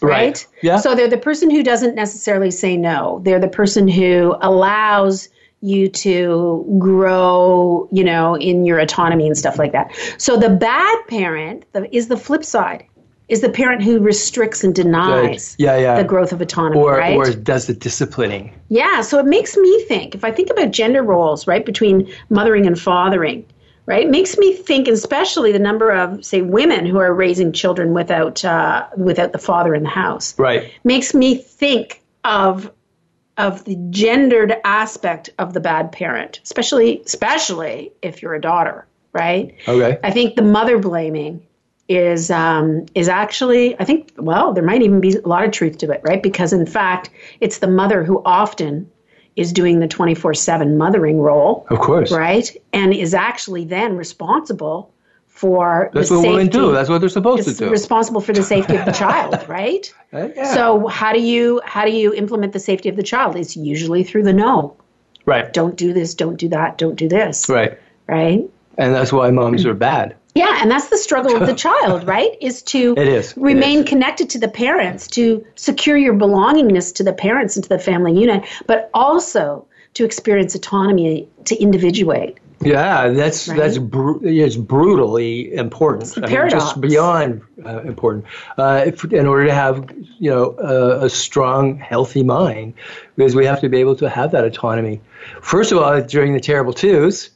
Speaker 3: right?
Speaker 2: yeah
Speaker 3: So they're the person who doesn't necessarily say no. They're the person who allows you to grow, you know, in your autonomy and stuff like that. So the bad parent the, is the flip side. Is the parent who restricts and denies
Speaker 2: Yeah, yeah.
Speaker 3: the growth of autonomy,
Speaker 2: or
Speaker 3: right?
Speaker 2: or does the disciplining
Speaker 3: Yeah, so it makes me think, if I think about gender roles, right, between mothering and fathering, right, it makes me think, especially the number of, say, women who are raising children without, uh, without the father in the house.
Speaker 2: right
Speaker 3: Makes me think of, of the gendered aspect of the bad parent, especially, especially if you're a daughter, right?
Speaker 2: okay
Speaker 3: I think the mother blaming is um, is actually I think well there might even be a lot of truth to it right because in fact it's the mother who often is doing the 24/7 mothering role
Speaker 2: of course
Speaker 3: right and is actually then responsible for
Speaker 2: that's
Speaker 3: the
Speaker 2: what women
Speaker 3: safety-
Speaker 2: do that's what they're supposed to
Speaker 3: is
Speaker 2: do
Speaker 3: responsible for the safety of the
Speaker 2: <laughs>
Speaker 3: child right
Speaker 2: Right? Yeah.
Speaker 3: so how do you how do you implement the safety of the child it's usually through the no
Speaker 2: right
Speaker 3: don't do this don't do that don't do this
Speaker 2: right
Speaker 3: right
Speaker 2: and that's why moms are bad
Speaker 3: Yeah, and that's the struggle
Speaker 2: <laughs>
Speaker 3: of the child, right? Is to
Speaker 2: It is. It
Speaker 3: remain
Speaker 2: is.
Speaker 3: connected to the parents, to secure your belongingness to the parents and to the family unit, but also to experience autonomy to individuate.
Speaker 2: Yeah, that's that's br- it's brutally important. I mean,
Speaker 3: paradox.
Speaker 2: just beyond uh, important. Uh, if, in order to have you know uh, a, a strong, healthy mind, because we have to be able to have that autonomy. First of all, during the terrible twos,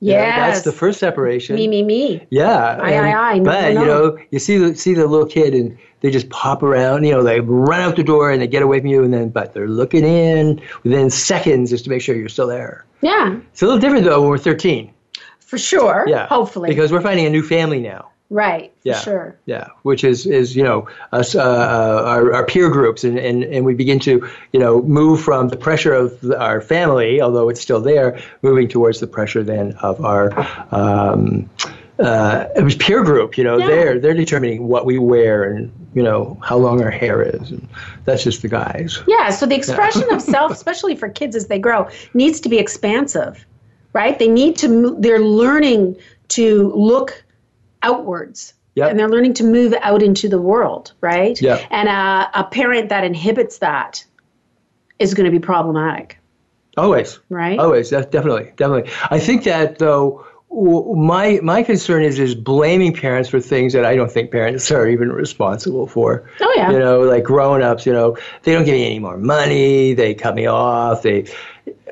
Speaker 2: you know,
Speaker 3: Yes.
Speaker 2: that's the first separation.
Speaker 3: Me, me, me.
Speaker 2: Yeah.
Speaker 3: Aye, aye, aye, no,
Speaker 2: But
Speaker 3: no,
Speaker 2: you
Speaker 3: no.
Speaker 2: know, you see the see the little kid and they just pop around, you know, they run out the door and they get away from you and then but they're looking in within seconds just to make sure you're still there.
Speaker 3: Yeah,
Speaker 2: It's a little different though when we're thirteen.
Speaker 3: for sure.
Speaker 2: Yeah.
Speaker 3: Hopefully.
Speaker 2: Because we're finding a new family now.
Speaker 3: right, for
Speaker 2: Yeah.
Speaker 3: sure.
Speaker 2: Yeah. Which is, is you know, us, uh, uh, our, our peer groups. And, and, and we begin to, you know, move from the pressure of the, our family, although it's still there, moving towards the pressure then of our. Um, uh, it was peer group, you know.
Speaker 3: Yeah.
Speaker 2: They're they're determining what we wear and you know how long our hair is, and that's just the guys.
Speaker 3: Yeah, so the expression of
Speaker 2: <laughs>
Speaker 3: self, especially for kids as they grow, needs to be expansive, right? They need to, mo- they're learning to look outwards.
Speaker 2: Yep.
Speaker 3: And they're learning to move out into the world, right?
Speaker 2: Yep.
Speaker 3: And uh, a, a parent that inhibits that is going to be problematic.
Speaker 2: Always.
Speaker 3: Right?
Speaker 2: Always. That's definitely, definitely. I think that though, w- my my concern is is blaming parents for things that I don't think parents are even responsible for.
Speaker 3: Oh, yeah.
Speaker 2: You know, like grown ups. You know, they don't give me any more money. They cut me off. They,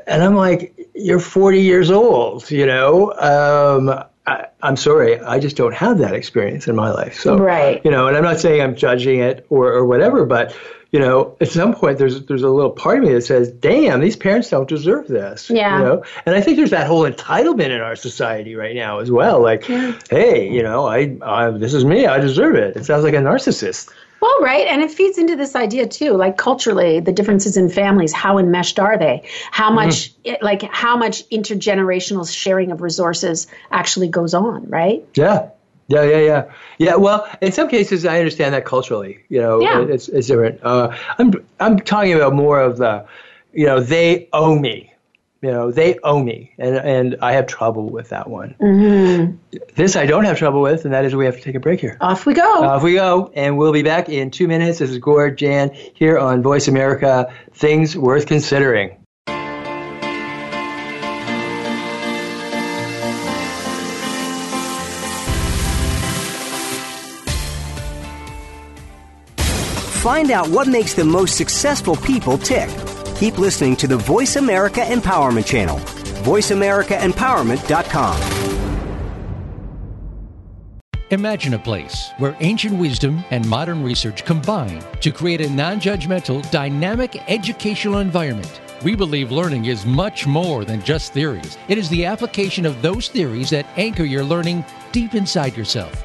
Speaker 2: and I'm like, you're 40 years old. You know. Um, I, I'm sorry, I just don't have that experience in my life. So,
Speaker 3: Right.
Speaker 2: you know, and I'm not saying I'm judging it or, or whatever, but you know, at some point there's there's a little part of me that says, "Damn, these parents don't deserve this."
Speaker 3: Yeah.
Speaker 2: You know, and I think there's that whole entitlement in our society right now as well. Like, hey, you know, I, I this is me, I deserve it. It sounds like a narcissist.
Speaker 3: Well, right. And it feeds into this idea, too, like culturally, the differences in families, how enmeshed are they?
Speaker 2: Mm-hmm.
Speaker 3: How much, it- like, how much intergenerational sharing of resources actually goes on, right?
Speaker 2: Yeah. Yeah, yeah, yeah, yeah. Well, in some cases, I understand that culturally. You know,
Speaker 3: Yeah.
Speaker 2: it- it's it's different. Uh, I'm I'm talking about more of the, you know, they owe me. You know, they owe me, and and I have trouble with that one. This I don't have trouble with, and that is we have to take a break here.
Speaker 3: Off we go.
Speaker 2: Off we go, and we'll be back in two minutes. This is Gord Jan here on Voice America. Things worth considering.
Speaker 5: Find out what makes the most successful people tick. Keep listening to the Voice America Empowerment Channel. VoiceAmericaEmpowerment.com.
Speaker 1: Imagine a place where ancient wisdom and modern research combine to create a non judgmental, dynamic educational environment. We believe learning is much more than just theories, it is the application of those theories that anchor your learning deep inside yourself.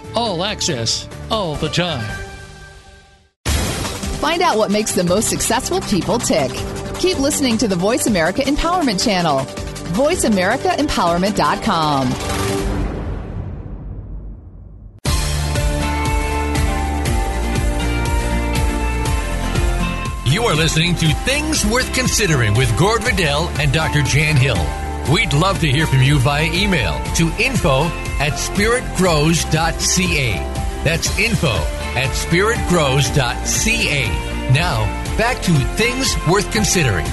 Speaker 1: All access, all the time.
Speaker 4: Find out what makes the most successful people tick. Keep listening to the Voice America Empowerment Channel. VoiceAmericaEmpowerment.com.
Speaker 1: You are listening to Things Worth Considering with Gord Vidal and Dr. Jan Hill. We'd love to hear from you via email to info at spiritgrows.ca. That's info at spiritgrows.ca. Now, back to Things Worth Considering.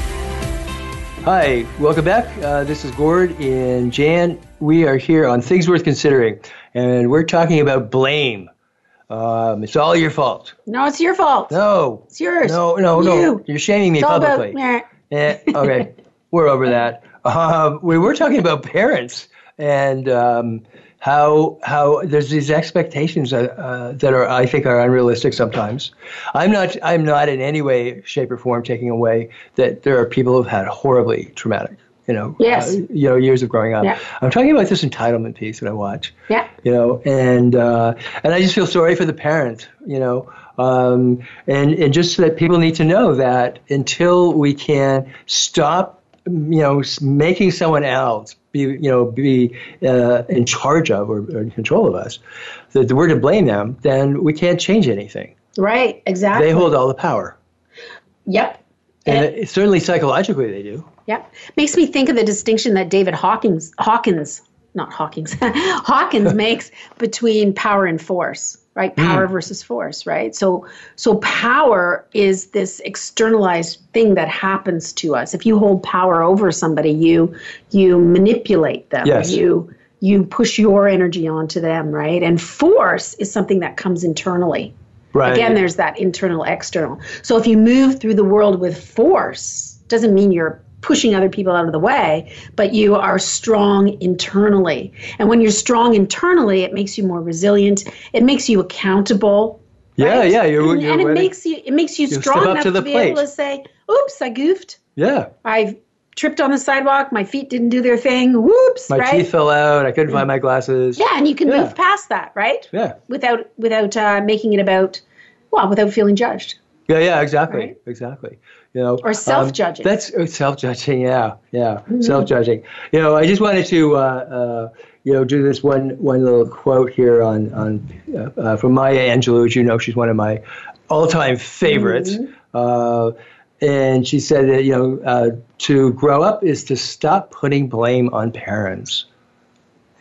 Speaker 2: Hi, welcome back. Uh, this is Gord and Jan. We are here on Things Worth Considering, and we're talking about blame. Um, it's all your fault.
Speaker 3: no, it's your fault.
Speaker 2: No,
Speaker 3: It's yours.
Speaker 2: No, no, no.
Speaker 3: You.
Speaker 2: You're shaming me
Speaker 3: it's all about.
Speaker 2: publicly.
Speaker 3: Meh.
Speaker 2: Eh,
Speaker 3: <laughs>
Speaker 2: okay, we're over that. Um, we were talking about parents and um, how how there's these expectations that, uh, that are I think are unrealistic sometimes. I'm not I'm not in any way, shape, or form taking away that there are people who've had horribly traumatic, you know,
Speaker 3: Yes.
Speaker 2: uh, you know, years of growing up.
Speaker 3: Yeah.
Speaker 2: I'm talking about this entitlement piece that I watch
Speaker 3: Yeah.
Speaker 2: you know and uh, and I just feel sorry for the parent you know um, and and just that people need to know that until we can stop you know s- making someone else be you know be uh, in charge of or, or in control of us that we're to blame them then we can't change anything
Speaker 3: Right. Exactly.
Speaker 2: they hold all the power
Speaker 3: yep.
Speaker 2: and it, certainly psychologically they do
Speaker 3: Yep. Makes me think of the distinction that David Hawkins, Hawkins, not Hawkins, <laughs>
Speaker 2: <laughs>
Speaker 3: Hawkins makes between power and force, right?
Speaker 2: Hmm.
Speaker 3: Power versus force, right? So, so power is this externalized thing that happens to us. If you hold power over somebody, you you manipulate them.
Speaker 2: Yes.
Speaker 3: You you push your energy onto them, right? And force is something that comes internally.
Speaker 2: right
Speaker 3: Again, there's that internal external. So if you move through the world with force, doesn't mean you're pushing other people out of the way, but you are strong internally. And when you're strong internally, it makes you more resilient. It makes you accountable.
Speaker 2: yeah
Speaker 3: right?
Speaker 2: yeah you're,
Speaker 3: and,
Speaker 2: you're
Speaker 3: and it
Speaker 2: ready.
Speaker 3: makes you it makes you
Speaker 2: step
Speaker 3: strong
Speaker 2: up
Speaker 3: enough
Speaker 2: to
Speaker 3: to,
Speaker 2: the
Speaker 3: be
Speaker 2: plate.
Speaker 3: able to say, "Oops, I goofed.
Speaker 2: yeah
Speaker 3: I tripped on the sidewalk. My feet didn't do their thing. Whoops!"
Speaker 2: my
Speaker 3: right?
Speaker 2: teeth fell out I couldn't find my glasses
Speaker 3: Yeah, and you can
Speaker 2: Yeah.
Speaker 3: move past that, right?
Speaker 2: yeah
Speaker 3: without without uh, making it about well without feeling judged
Speaker 2: Yeah, yeah, exactly,
Speaker 3: Right?
Speaker 2: exactly. You know,
Speaker 3: Or Mm-hmm. self-judging.
Speaker 2: Um, that's or self-judging. Yeah, yeah, self-judging. You know, I just wanted to, uh, uh, you know, do this one one little quote here on on uh, uh, from Maya Angelou. As you know, she's one of my all-time favorites.
Speaker 3: Mm-hmm.
Speaker 2: Uh, and she said that you know uh, to grow up is to stop putting blame on parents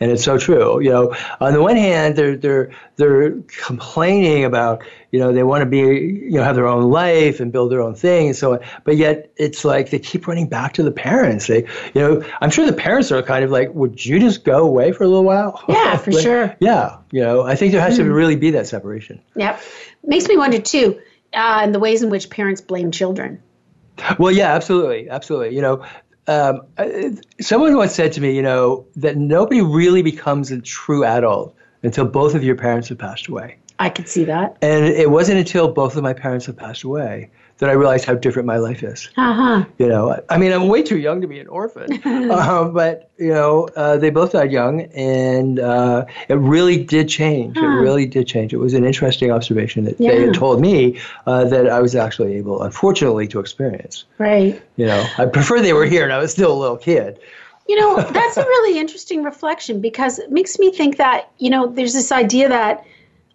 Speaker 2: and it's so true. You know, on the one hand, they're they're they're complaining about you know they want to be you know have their own life and build their own thing and so on, but yet it's like they keep running back to the parents. They you know I'm sure the parents are kind of like, would you just go away for a little while? <laughs>
Speaker 3: Yeah, for
Speaker 2: Like,
Speaker 3: sure. Hmm.
Speaker 2: Yeah, you know, I think there has to really be that separation.
Speaker 3: Yep. Makes me wonder too, uh, the ways in which parents blame children.
Speaker 2: Well, yeah, absolutely, absolutely. You know, um, I- someone once said to me, you know, that nobody really becomes a true adult until both of your parents have passed away.
Speaker 3: I could see that.
Speaker 2: And it wasn't until both of my parents had passed away that I realized how different my life is.
Speaker 3: Uh huh.
Speaker 2: You know, I- I mean, I'm way too young to be an
Speaker 3: <laughs>
Speaker 2: orphan, um, but you know, uh, they both died young, and uh, it really did change. It really did change. It was an interesting observation that they
Speaker 3: Yeah.
Speaker 2: had told me uh, that I was actually able, unfortunately, to experience.
Speaker 3: Right.
Speaker 2: You know, I prefer they were here, and I was still a little kid.
Speaker 3: You
Speaker 2: <laughs>
Speaker 3: know, that's a really interesting reflection because it makes me think that, you know, there's this idea that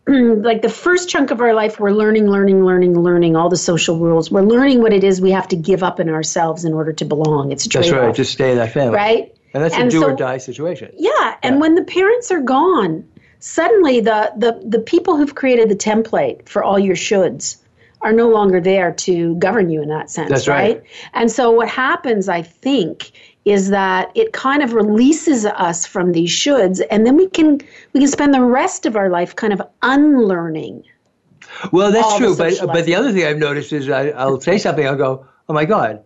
Speaker 3: <clears throat> like the first chunk of our life we're learning learning learning learning all the social rules we're learning what it is we have to give up in ourselves in order to belong it's a
Speaker 2: That's
Speaker 3: trade-off,
Speaker 2: right. Just stay in that family,
Speaker 3: right
Speaker 2: And that's a
Speaker 3: And
Speaker 2: do or
Speaker 3: so-
Speaker 2: die situation.
Speaker 3: Yeah, and when the parents are gone, suddenly the, the the people who've created the template for all your shoulds are no longer there to govern you in that sense,
Speaker 2: That's right.
Speaker 3: And so what happens, I think, is that it kind of releases us from these shoulds and then we can we can spend the rest of our life kind of unlearning.
Speaker 2: Well, that's
Speaker 3: all the
Speaker 2: true. But
Speaker 3: social
Speaker 2: but the other thing I've noticed is I, I'll say something. I'll go, oh my god,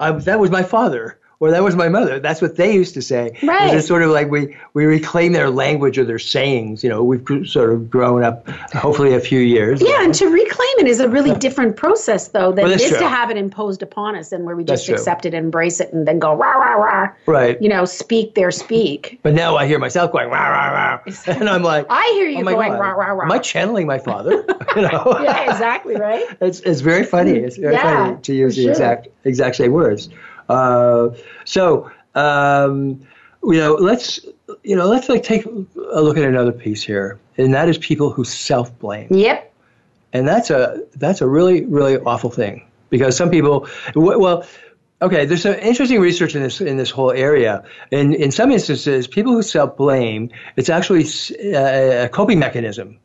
Speaker 2: I, that was my father. Or that was my mother. That's what they used to say.
Speaker 3: Right.
Speaker 2: It's sort of like we, we reclaim their language or their sayings. You know, we've gr- sort of grown up, hopefully a few years.
Speaker 3: Yeah, and to reclaim it is a really different process though than
Speaker 2: Well,
Speaker 3: it
Speaker 2: that's
Speaker 3: is
Speaker 2: true.
Speaker 3: to have it imposed upon us and where we
Speaker 2: That's
Speaker 3: just
Speaker 2: true.
Speaker 3: accept it and embrace it and then go rah rah rah.
Speaker 2: Right.
Speaker 3: You know, speak their speak.
Speaker 2: But now I hear myself going rah rah rah, and I'm like,
Speaker 3: I hear you
Speaker 2: oh my
Speaker 3: going
Speaker 2: God,
Speaker 3: rah rah rah.
Speaker 2: Am I channeling my father? <laughs> you know.
Speaker 3: yeah, exactly right.
Speaker 2: It's, it's very funny. It's very
Speaker 3: Yeah,
Speaker 2: funny to use
Speaker 3: for
Speaker 2: the
Speaker 3: sure.
Speaker 2: exact exact same words. Uh, so um, you know, let's you know, let's like take a look at another piece here, and that is people who self blame
Speaker 3: <laughs> Yep.
Speaker 2: and that's a that's a really really awful thing because some people w- well okay there's some interesting research in this in this whole area in in some instances people who self blame it's actually s- uh, a coping mechanism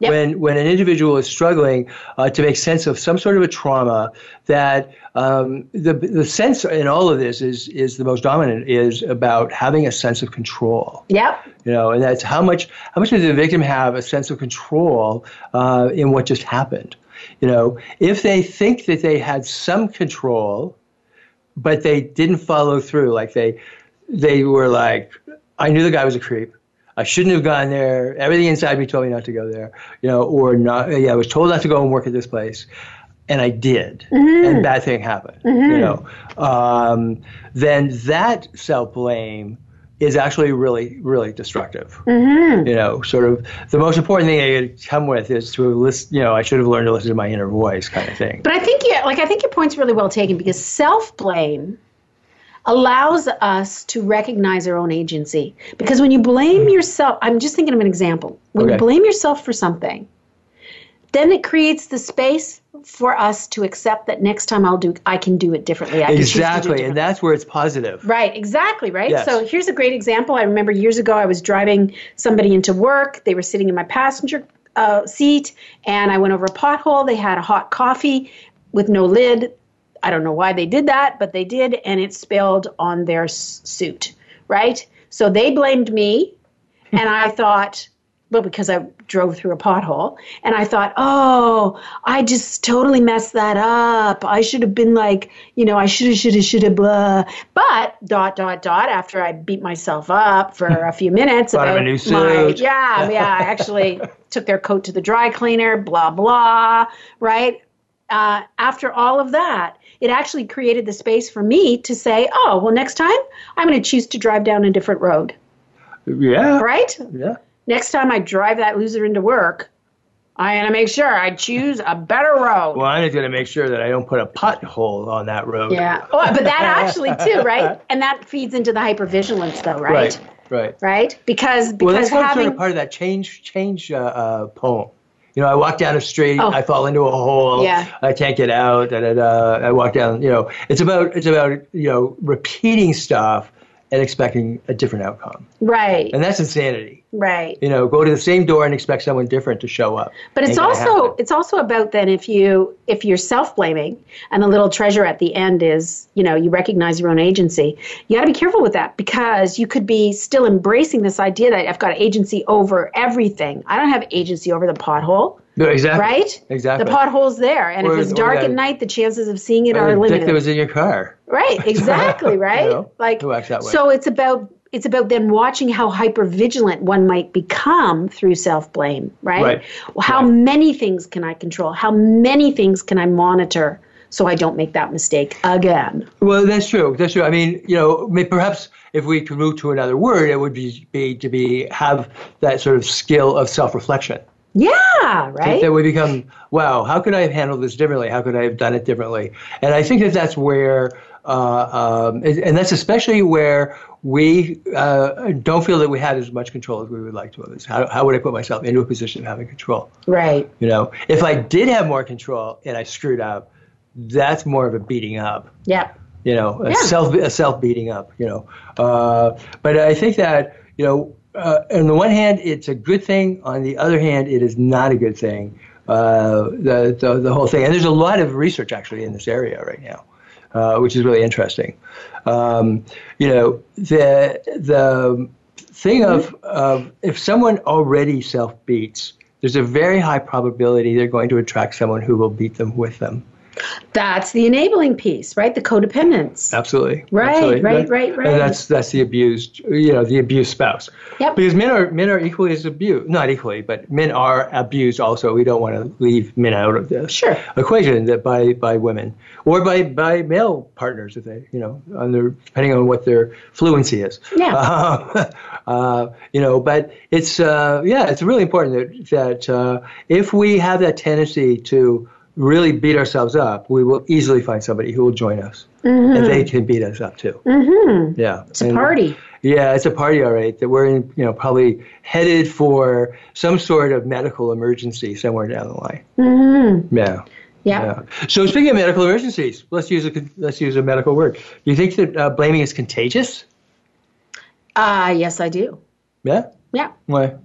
Speaker 3: Yep.
Speaker 2: when when an individual is struggling uh, to make sense of some sort of a trauma that um, the the sense in all of this is is the most dominant is about having a sense of control
Speaker 3: Yep.
Speaker 2: you know and that's how much how much does the victim have a sense of control uh, in what just happened you know if they think that they had some control but they didn't follow through like they they were like i knew the guy was a creep i shouldn't have gone there everything inside me told me not to go there you know or not yeah i was told not to go and work at this place and I did, and bad thing happened, you know, um, then that self blame is actually really, really destructive.
Speaker 3: Mm-hmm.
Speaker 2: You know, sort of the most important thing I could come with is to listen, you know, I should have learned to listen to my inner voice kind of thing.
Speaker 3: But I think yeah, like I think your point's really well taken because self blame allows us to recognize our own agency. Because when you blame yourself, I'm just thinking of an example. When you
Speaker 2: Okay.
Speaker 3: blame yourself for something, then it creates the space for us to accept that next time I'll do I can do it differently. I can choose to do it
Speaker 2: exactly.
Speaker 3: differently.
Speaker 2: And that's where it's positive.
Speaker 3: Right, exactly, right?
Speaker 2: Yes.
Speaker 3: So here's a great example. I remember years ago, I was driving somebody into work. They were sitting in my passenger uh, seat, and I went over a pothole. They had a hot coffee with no lid. I don't know why they did that, but they did, and it spilled on their s- suit, right? So they blamed me, and I thought, well, because I drove through a pothole, and I thought, oh, I just totally messed that up. I should have been like, you know, I should have, should have, should have, blah. But dot, dot, dot. After I beat myself up for a few minutes
Speaker 2: Bought him a
Speaker 3: about
Speaker 2: new
Speaker 3: my,
Speaker 2: suit.
Speaker 3: yeah,
Speaker 2: <laughs>
Speaker 3: yeah. I actually took their coat to the dry cleaner. Blah, blah. Right. Uh, after all of that, it actually created the space for me to say, oh, well, next time I'm going to choose to drive down a different road.
Speaker 2: Yeah.
Speaker 3: Right
Speaker 2: Yeah.
Speaker 3: next time I drive that loser into work, I got to make sure I choose a better road.
Speaker 2: Well, I'm just going to make sure that I don't put a pothole on that road.
Speaker 3: Yeah. Oh, but that actually too, right? And that feeds into the hypervigilance, though, right?
Speaker 2: Right. Right.
Speaker 3: Right? Because because
Speaker 2: Well, that's one
Speaker 3: having
Speaker 2: sort of part of that change change uh, uh, poem. You know, I walk down a street,
Speaker 3: Oh.
Speaker 2: I fall into a hole,
Speaker 3: Yeah.
Speaker 2: I can't get out, and then, uh, I walk down. You know, it's about it's about you know repeating stuff and expecting a different outcome,
Speaker 3: right,
Speaker 2: and that's insanity.
Speaker 3: right.
Speaker 2: You know, go to the same door and expect someone different to show up.
Speaker 3: But it's
Speaker 2: Ain't gonna
Speaker 3: also
Speaker 2: happen.
Speaker 3: it's also about then if you if you're self blaming and the little treasure at the end is you know you recognize your own agency you got to be careful with that because you could be still embracing this idea that I've got agency over everything I don't have agency over the pothole
Speaker 2: Yeah, exactly
Speaker 3: <laughs> right
Speaker 2: exactly
Speaker 3: the pothole's there and
Speaker 2: Or-
Speaker 3: if it's
Speaker 2: or
Speaker 3: dark
Speaker 2: that-
Speaker 3: at night the chances of seeing it
Speaker 2: Or
Speaker 3: are
Speaker 2: the dick
Speaker 3: limited
Speaker 2: that was in your car. <laughs>
Speaker 3: Right, exactly, right?
Speaker 2: know,
Speaker 3: like
Speaker 2: who acts that way.
Speaker 3: So it's about it's about then watching how hypervigilant one might become through self-blame, right?
Speaker 2: Right,
Speaker 3: Well, How
Speaker 2: right.
Speaker 3: many things can I control? How many things can I monitor so I don't make that mistake again?
Speaker 2: Well, that's true. That's true. I mean, you know, may- perhaps if we could move to another word, it would be, be to be have that sort of skill of self-reflection.
Speaker 3: Yeah, right?
Speaker 2: That we become, wow, how could I have handled this differently? How could I have done it differently? And I think that that's where, uh, um, and and that's especially where we uh, don't feel that we had as much control as we would like to have. Is How, how would I put myself into a position of having control?
Speaker 3: right.
Speaker 2: You know, if I did have more control and I screwed up, that's more of a beating up
Speaker 3: Yep.
Speaker 2: you know, a self a self beating up, you know. Uh, but I think that you know, uh, on the one hand, it's a good thing. On the other hand, it is not a good thing. Uh, the, the the whole thing, and there's a lot of research actually in this area right now, uh, which is really interesting. Um, you know, the the thing of of if someone already self beats, there's a very high probability they're going to attract someone who will beat them with them.
Speaker 3: That's the enabling piece, right? The codependence.
Speaker 2: Absolutely.
Speaker 3: Right,
Speaker 2: Absolutely.
Speaker 3: right,
Speaker 2: That-
Speaker 3: right, right.
Speaker 2: And that's that's the abused, you know, the abused spouse.
Speaker 3: Yep.
Speaker 2: Because men are men are equally as abused, not equally, but men are abused also. We don't want to leave men out of this
Speaker 3: Sure.
Speaker 2: equation that by by women or by by male partners if they, you know, on their depending on what their fluency is.
Speaker 3: Yeah.
Speaker 2: Um, <laughs> uh, you know, but it's uh, yeah, it's really important that that uh, if we have that tendency to really beat ourselves up, we will easily find somebody who will join us, and they can beat us up too. Mm-hmm. Yeah,
Speaker 3: Mm-hmm. it's a party.
Speaker 2: Yeah, it's a party, all right. That we're in, you know, probably headed for some sort of medical emergency somewhere down the line. Mm-hmm. Yeah.
Speaker 3: Yeah.
Speaker 2: Yeah. So speaking of medical emergencies, let's use a let's use a medical word. Do you think that uh, blaming is contagious?
Speaker 3: Ah, yes, I do.
Speaker 2: Yeah.
Speaker 3: Yeah.
Speaker 2: Why?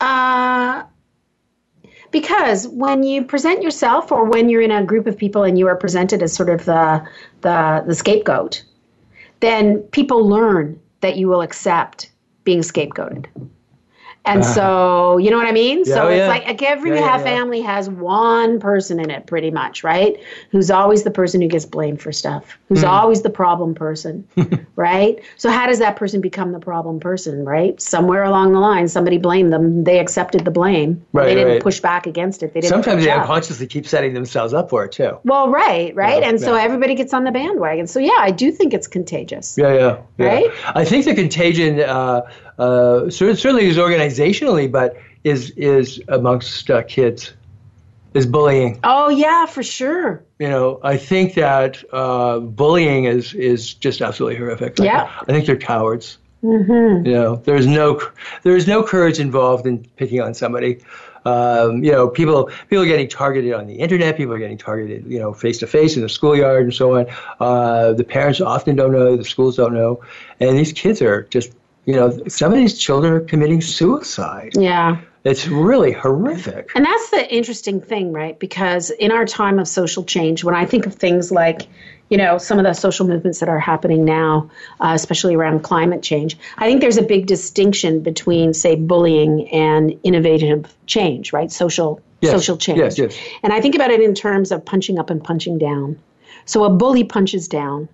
Speaker 3: Uh, because when you present yourself, or when you're in a group of people and you are presented as sort of the the, the scapegoat, then people learn that you will accept being scapegoated. And so, you know what I mean? so
Speaker 2: Uh-huh. Yeah, oh,
Speaker 3: it's
Speaker 2: yeah.
Speaker 3: like, like every
Speaker 2: Yeah, yeah,
Speaker 3: half
Speaker 2: yeah.
Speaker 3: family has one person in it, pretty much, right? Who's always the person who gets blamed for stuff, who's
Speaker 2: Hmm.
Speaker 3: always the problem person, right? So, how does that person become the problem person, right? Somewhere along the line, somebody blamed them, they accepted the blame,
Speaker 2: Right,
Speaker 3: they didn't
Speaker 2: right.
Speaker 3: push back against it. They didn't
Speaker 2: Sometimes
Speaker 3: push
Speaker 2: they
Speaker 3: up.
Speaker 2: unconsciously keep setting themselves up for it too.
Speaker 3: Well, right, right. and so everybody gets on the bandwagon. So, yeah, I do think it's contagious.
Speaker 2: Yeah, yeah, yeah.
Speaker 3: Right?
Speaker 2: I think the contagion uh, uh, cer- certainly is organizationally, but is is amongst uh, kids is bullying.
Speaker 3: Oh, yeah, for sure.
Speaker 2: You know, I think that uh, bullying is is just absolutely horrific. Like,
Speaker 3: Yeah.
Speaker 2: I think they're cowards. Mm-hmm. You know, there's no there's no courage involved in picking on somebody. Um, you know, people people are getting targeted on the internet. People are getting targeted, you know, face to face in the schoolyard and so on. Uh, the parents often don't know. The schools don't know, and these kids are just, you know, some of these children are committing suicide.
Speaker 3: Yeah.
Speaker 2: It's really horrific.
Speaker 3: And that's the interesting thing, right? Because in our time of social change, when I think of things like, you know, some of the social movements that are happening now, uh, especially around climate change, I think there's a big distinction between, say, bullying and innovative change, right? Social
Speaker 2: Yes.
Speaker 3: social change.
Speaker 2: Yes, yes.
Speaker 3: And I think about it in terms of punching up and punching down. So a bully punches down,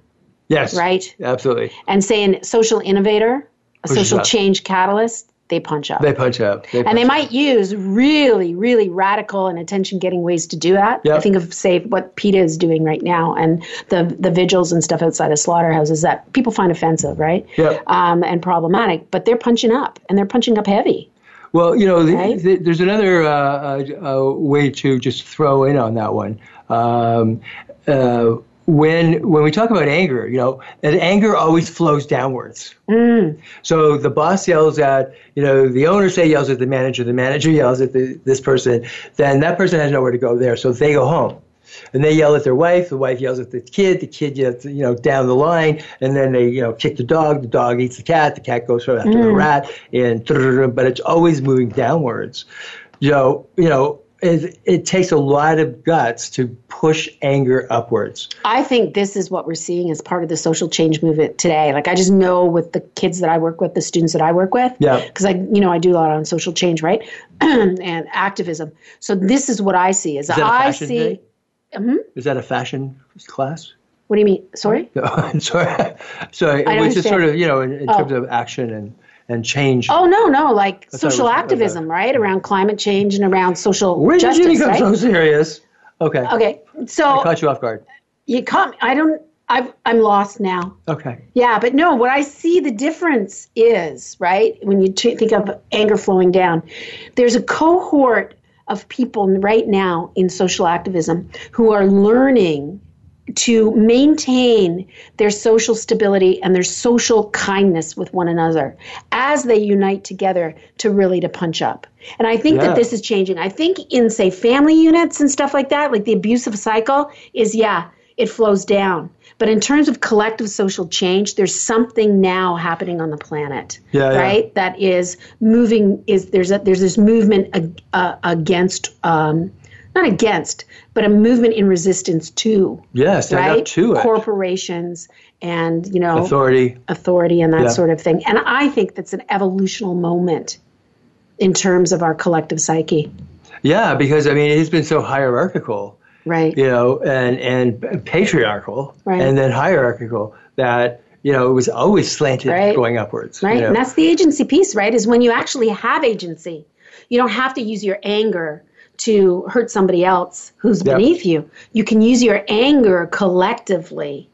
Speaker 2: Yes.
Speaker 3: Right.
Speaker 2: Absolutely.
Speaker 3: and say an social innovator, a social
Speaker 2: up.
Speaker 3: change catalyst, they punch up.
Speaker 2: They punch up. They punch
Speaker 3: And they might use really, really radical and attention getting ways to do that.
Speaker 2: Yep.
Speaker 3: I think of, say, what PETA is doing right now and the, the vigils and stuff outside of slaughterhouses that people find offensive, right?
Speaker 2: Yep.
Speaker 3: Um, and problematic, but they're punching up and they're punching up heavy.
Speaker 2: Well, you know, the,
Speaker 3: Right?
Speaker 2: the, there's another uh, uh, uh, way to just throw in on that one. Um, uh, when when we talk about anger, you know, that anger always flows downwards. So the boss yells at, you know, the owner say yells at the manager, the manager yells at the, this person, then that person has nowhere to go there, so they go home. And they yell at their wife, the wife yells at the kid, the kid yells, you know, down the line, and then they, you know, kick the dog, the dog eats the cat, the cat goes after the
Speaker 3: Mm.
Speaker 2: rat, and but it's always moving downwards. You know, you know, it, it takes a lot of guts to push anger upwards.
Speaker 3: I think this is what we're seeing as part of the social change movement today. Like I just know with the kids that I work with, the students that I work with,
Speaker 2: Yeah.
Speaker 3: because I, you know, I do a lot on social change, right, <clears throat> and activism. So this is what I see. Is,
Speaker 2: Is that a
Speaker 3: I
Speaker 2: fashion
Speaker 3: see. Mm-hmm.
Speaker 2: thing? Is that a fashion class? <laughs> Oh,
Speaker 3: What do you mean? Sorry.
Speaker 2: I'm sorry. <laughs> So it
Speaker 3: I
Speaker 2: was just
Speaker 3: understand.
Speaker 2: sort of, you know, in, in terms of action and, and change.
Speaker 3: Oh no, no, like
Speaker 2: what
Speaker 3: social
Speaker 2: I was-
Speaker 3: activism, right, around climate change and around social
Speaker 2: Oh, Where
Speaker 3: justice,
Speaker 2: did you become
Speaker 3: right?
Speaker 2: so serious? Okay.
Speaker 3: okay, so
Speaker 2: Caught you off guard.
Speaker 3: you come. I don't. I've, I'm lost now.
Speaker 2: Okay.
Speaker 3: Yeah, but no, what I see the difference is, right, when you t- think of anger flowing down, there's a cohort of people right now in social activism who are learning to maintain their social stability and their social kindness with one another as they unite together to really to punch up. And I think
Speaker 2: Yeah.
Speaker 3: that this is changing. I think in say family units and stuff like that, like the abusive cycle is yeah, it flows down. But in terms of collective social change, there's something now happening on the planet,
Speaker 2: Yeah, yeah.
Speaker 3: right? That is moving. Is there's a, there's this movement ag- uh, against, um, not against, but a movement in resistance to
Speaker 2: Yeah, stand
Speaker 3: right
Speaker 2: up to it.
Speaker 3: corporations and you know
Speaker 2: Authority.
Speaker 3: authority and that
Speaker 2: Yeah.
Speaker 3: sort of thing. And I think that's an evolutional moment in terms of our collective psyche,
Speaker 2: Yeah, because I mean, it's been so hierarchical,
Speaker 3: right?
Speaker 2: you know, and, and patriarchal
Speaker 3: Right.
Speaker 2: and then hierarchical that, you know, it was always slanted
Speaker 3: Right.
Speaker 2: going upwards. you
Speaker 3: Right.
Speaker 2: know.
Speaker 3: And that's the agency piece, right? Is when you actually have agency. You don't have to use your anger to hurt somebody else who's
Speaker 2: Yep.
Speaker 3: beneath you. You can use your anger collectively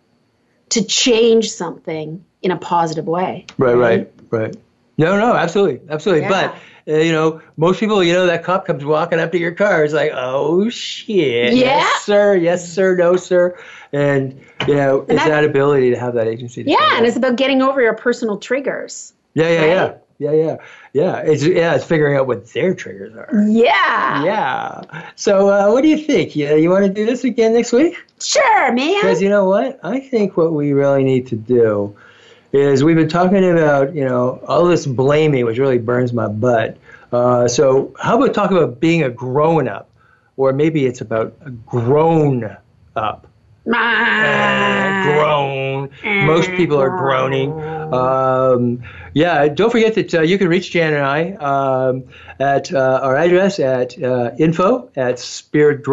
Speaker 3: to change something in a positive way.
Speaker 2: Right, right, right. No, no, absolutely, absolutely.
Speaker 3: Yeah.
Speaker 2: But uh, you know, most people, you know, that cop comes walking up to your car. It's like, oh shit,
Speaker 3: Yeah.
Speaker 2: yes sir, yes sir, no sir, and you know, it's
Speaker 3: that-
Speaker 2: that, ability to have that agency. To
Speaker 3: Yeah,
Speaker 2: say
Speaker 3: and
Speaker 2: that.
Speaker 3: it's about getting over your personal triggers.
Speaker 2: yeah, yeah,
Speaker 3: right?
Speaker 2: yeah, yeah, yeah, yeah. It's yeah, it's figuring out what their triggers are.
Speaker 3: Yeah.
Speaker 2: Yeah. So, uh, what do you think? Yeah, you want to do this again next week?
Speaker 3: Sure, man.
Speaker 2: Because you know what? I think what we really need to do is we've been talking about, you know, all this blaming, which really burns my butt. Uh, so how about talk about being a grown up? Or maybe it's about a grown up.
Speaker 3: Ah.
Speaker 2: Grown. Most people are groaning. Um, yeah, don't forget that uh, you can reach Jan and I um, at uh, our address at uh, info at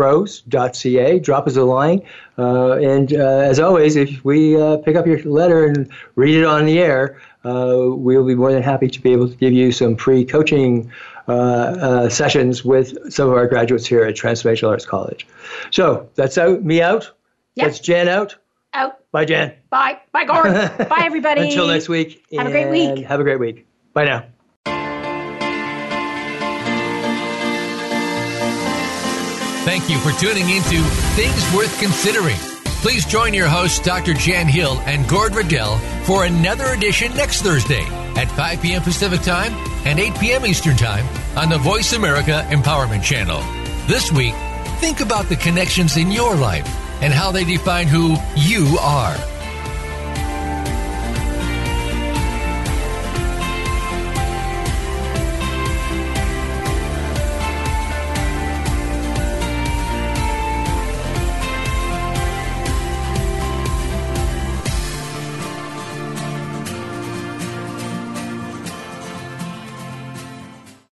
Speaker 2: spiritgrows.ca. Drop us a line. Uh, and uh, as always, if we uh, pick up your letter and read it on the air, uh, we'll be more than happy to be able to give you some free coaching uh, uh, sessions with some of our graduates here at Transformational Arts College. So that's out, me out.
Speaker 3: Yeah.
Speaker 2: That's Jan out.
Speaker 3: Out.
Speaker 2: Bye, Jan.
Speaker 3: Oh, Bye.
Speaker 2: <laughs>
Speaker 3: Bye, Gordon. Bye, everybody.
Speaker 2: Until next week.
Speaker 3: Have a great
Speaker 2: and
Speaker 3: week.
Speaker 2: Have a great week. Bye now.
Speaker 1: Thank you for tuning into Things Worth Considering. Please join your hosts, Dr. Jan Hill and Gord Riddell, for another edition next Thursday at 5 p.m. Pacific Time and 8 p.m. Eastern Time on the Voice America Empowerment Channel. This week, think about the connections in your life and how they define who you are.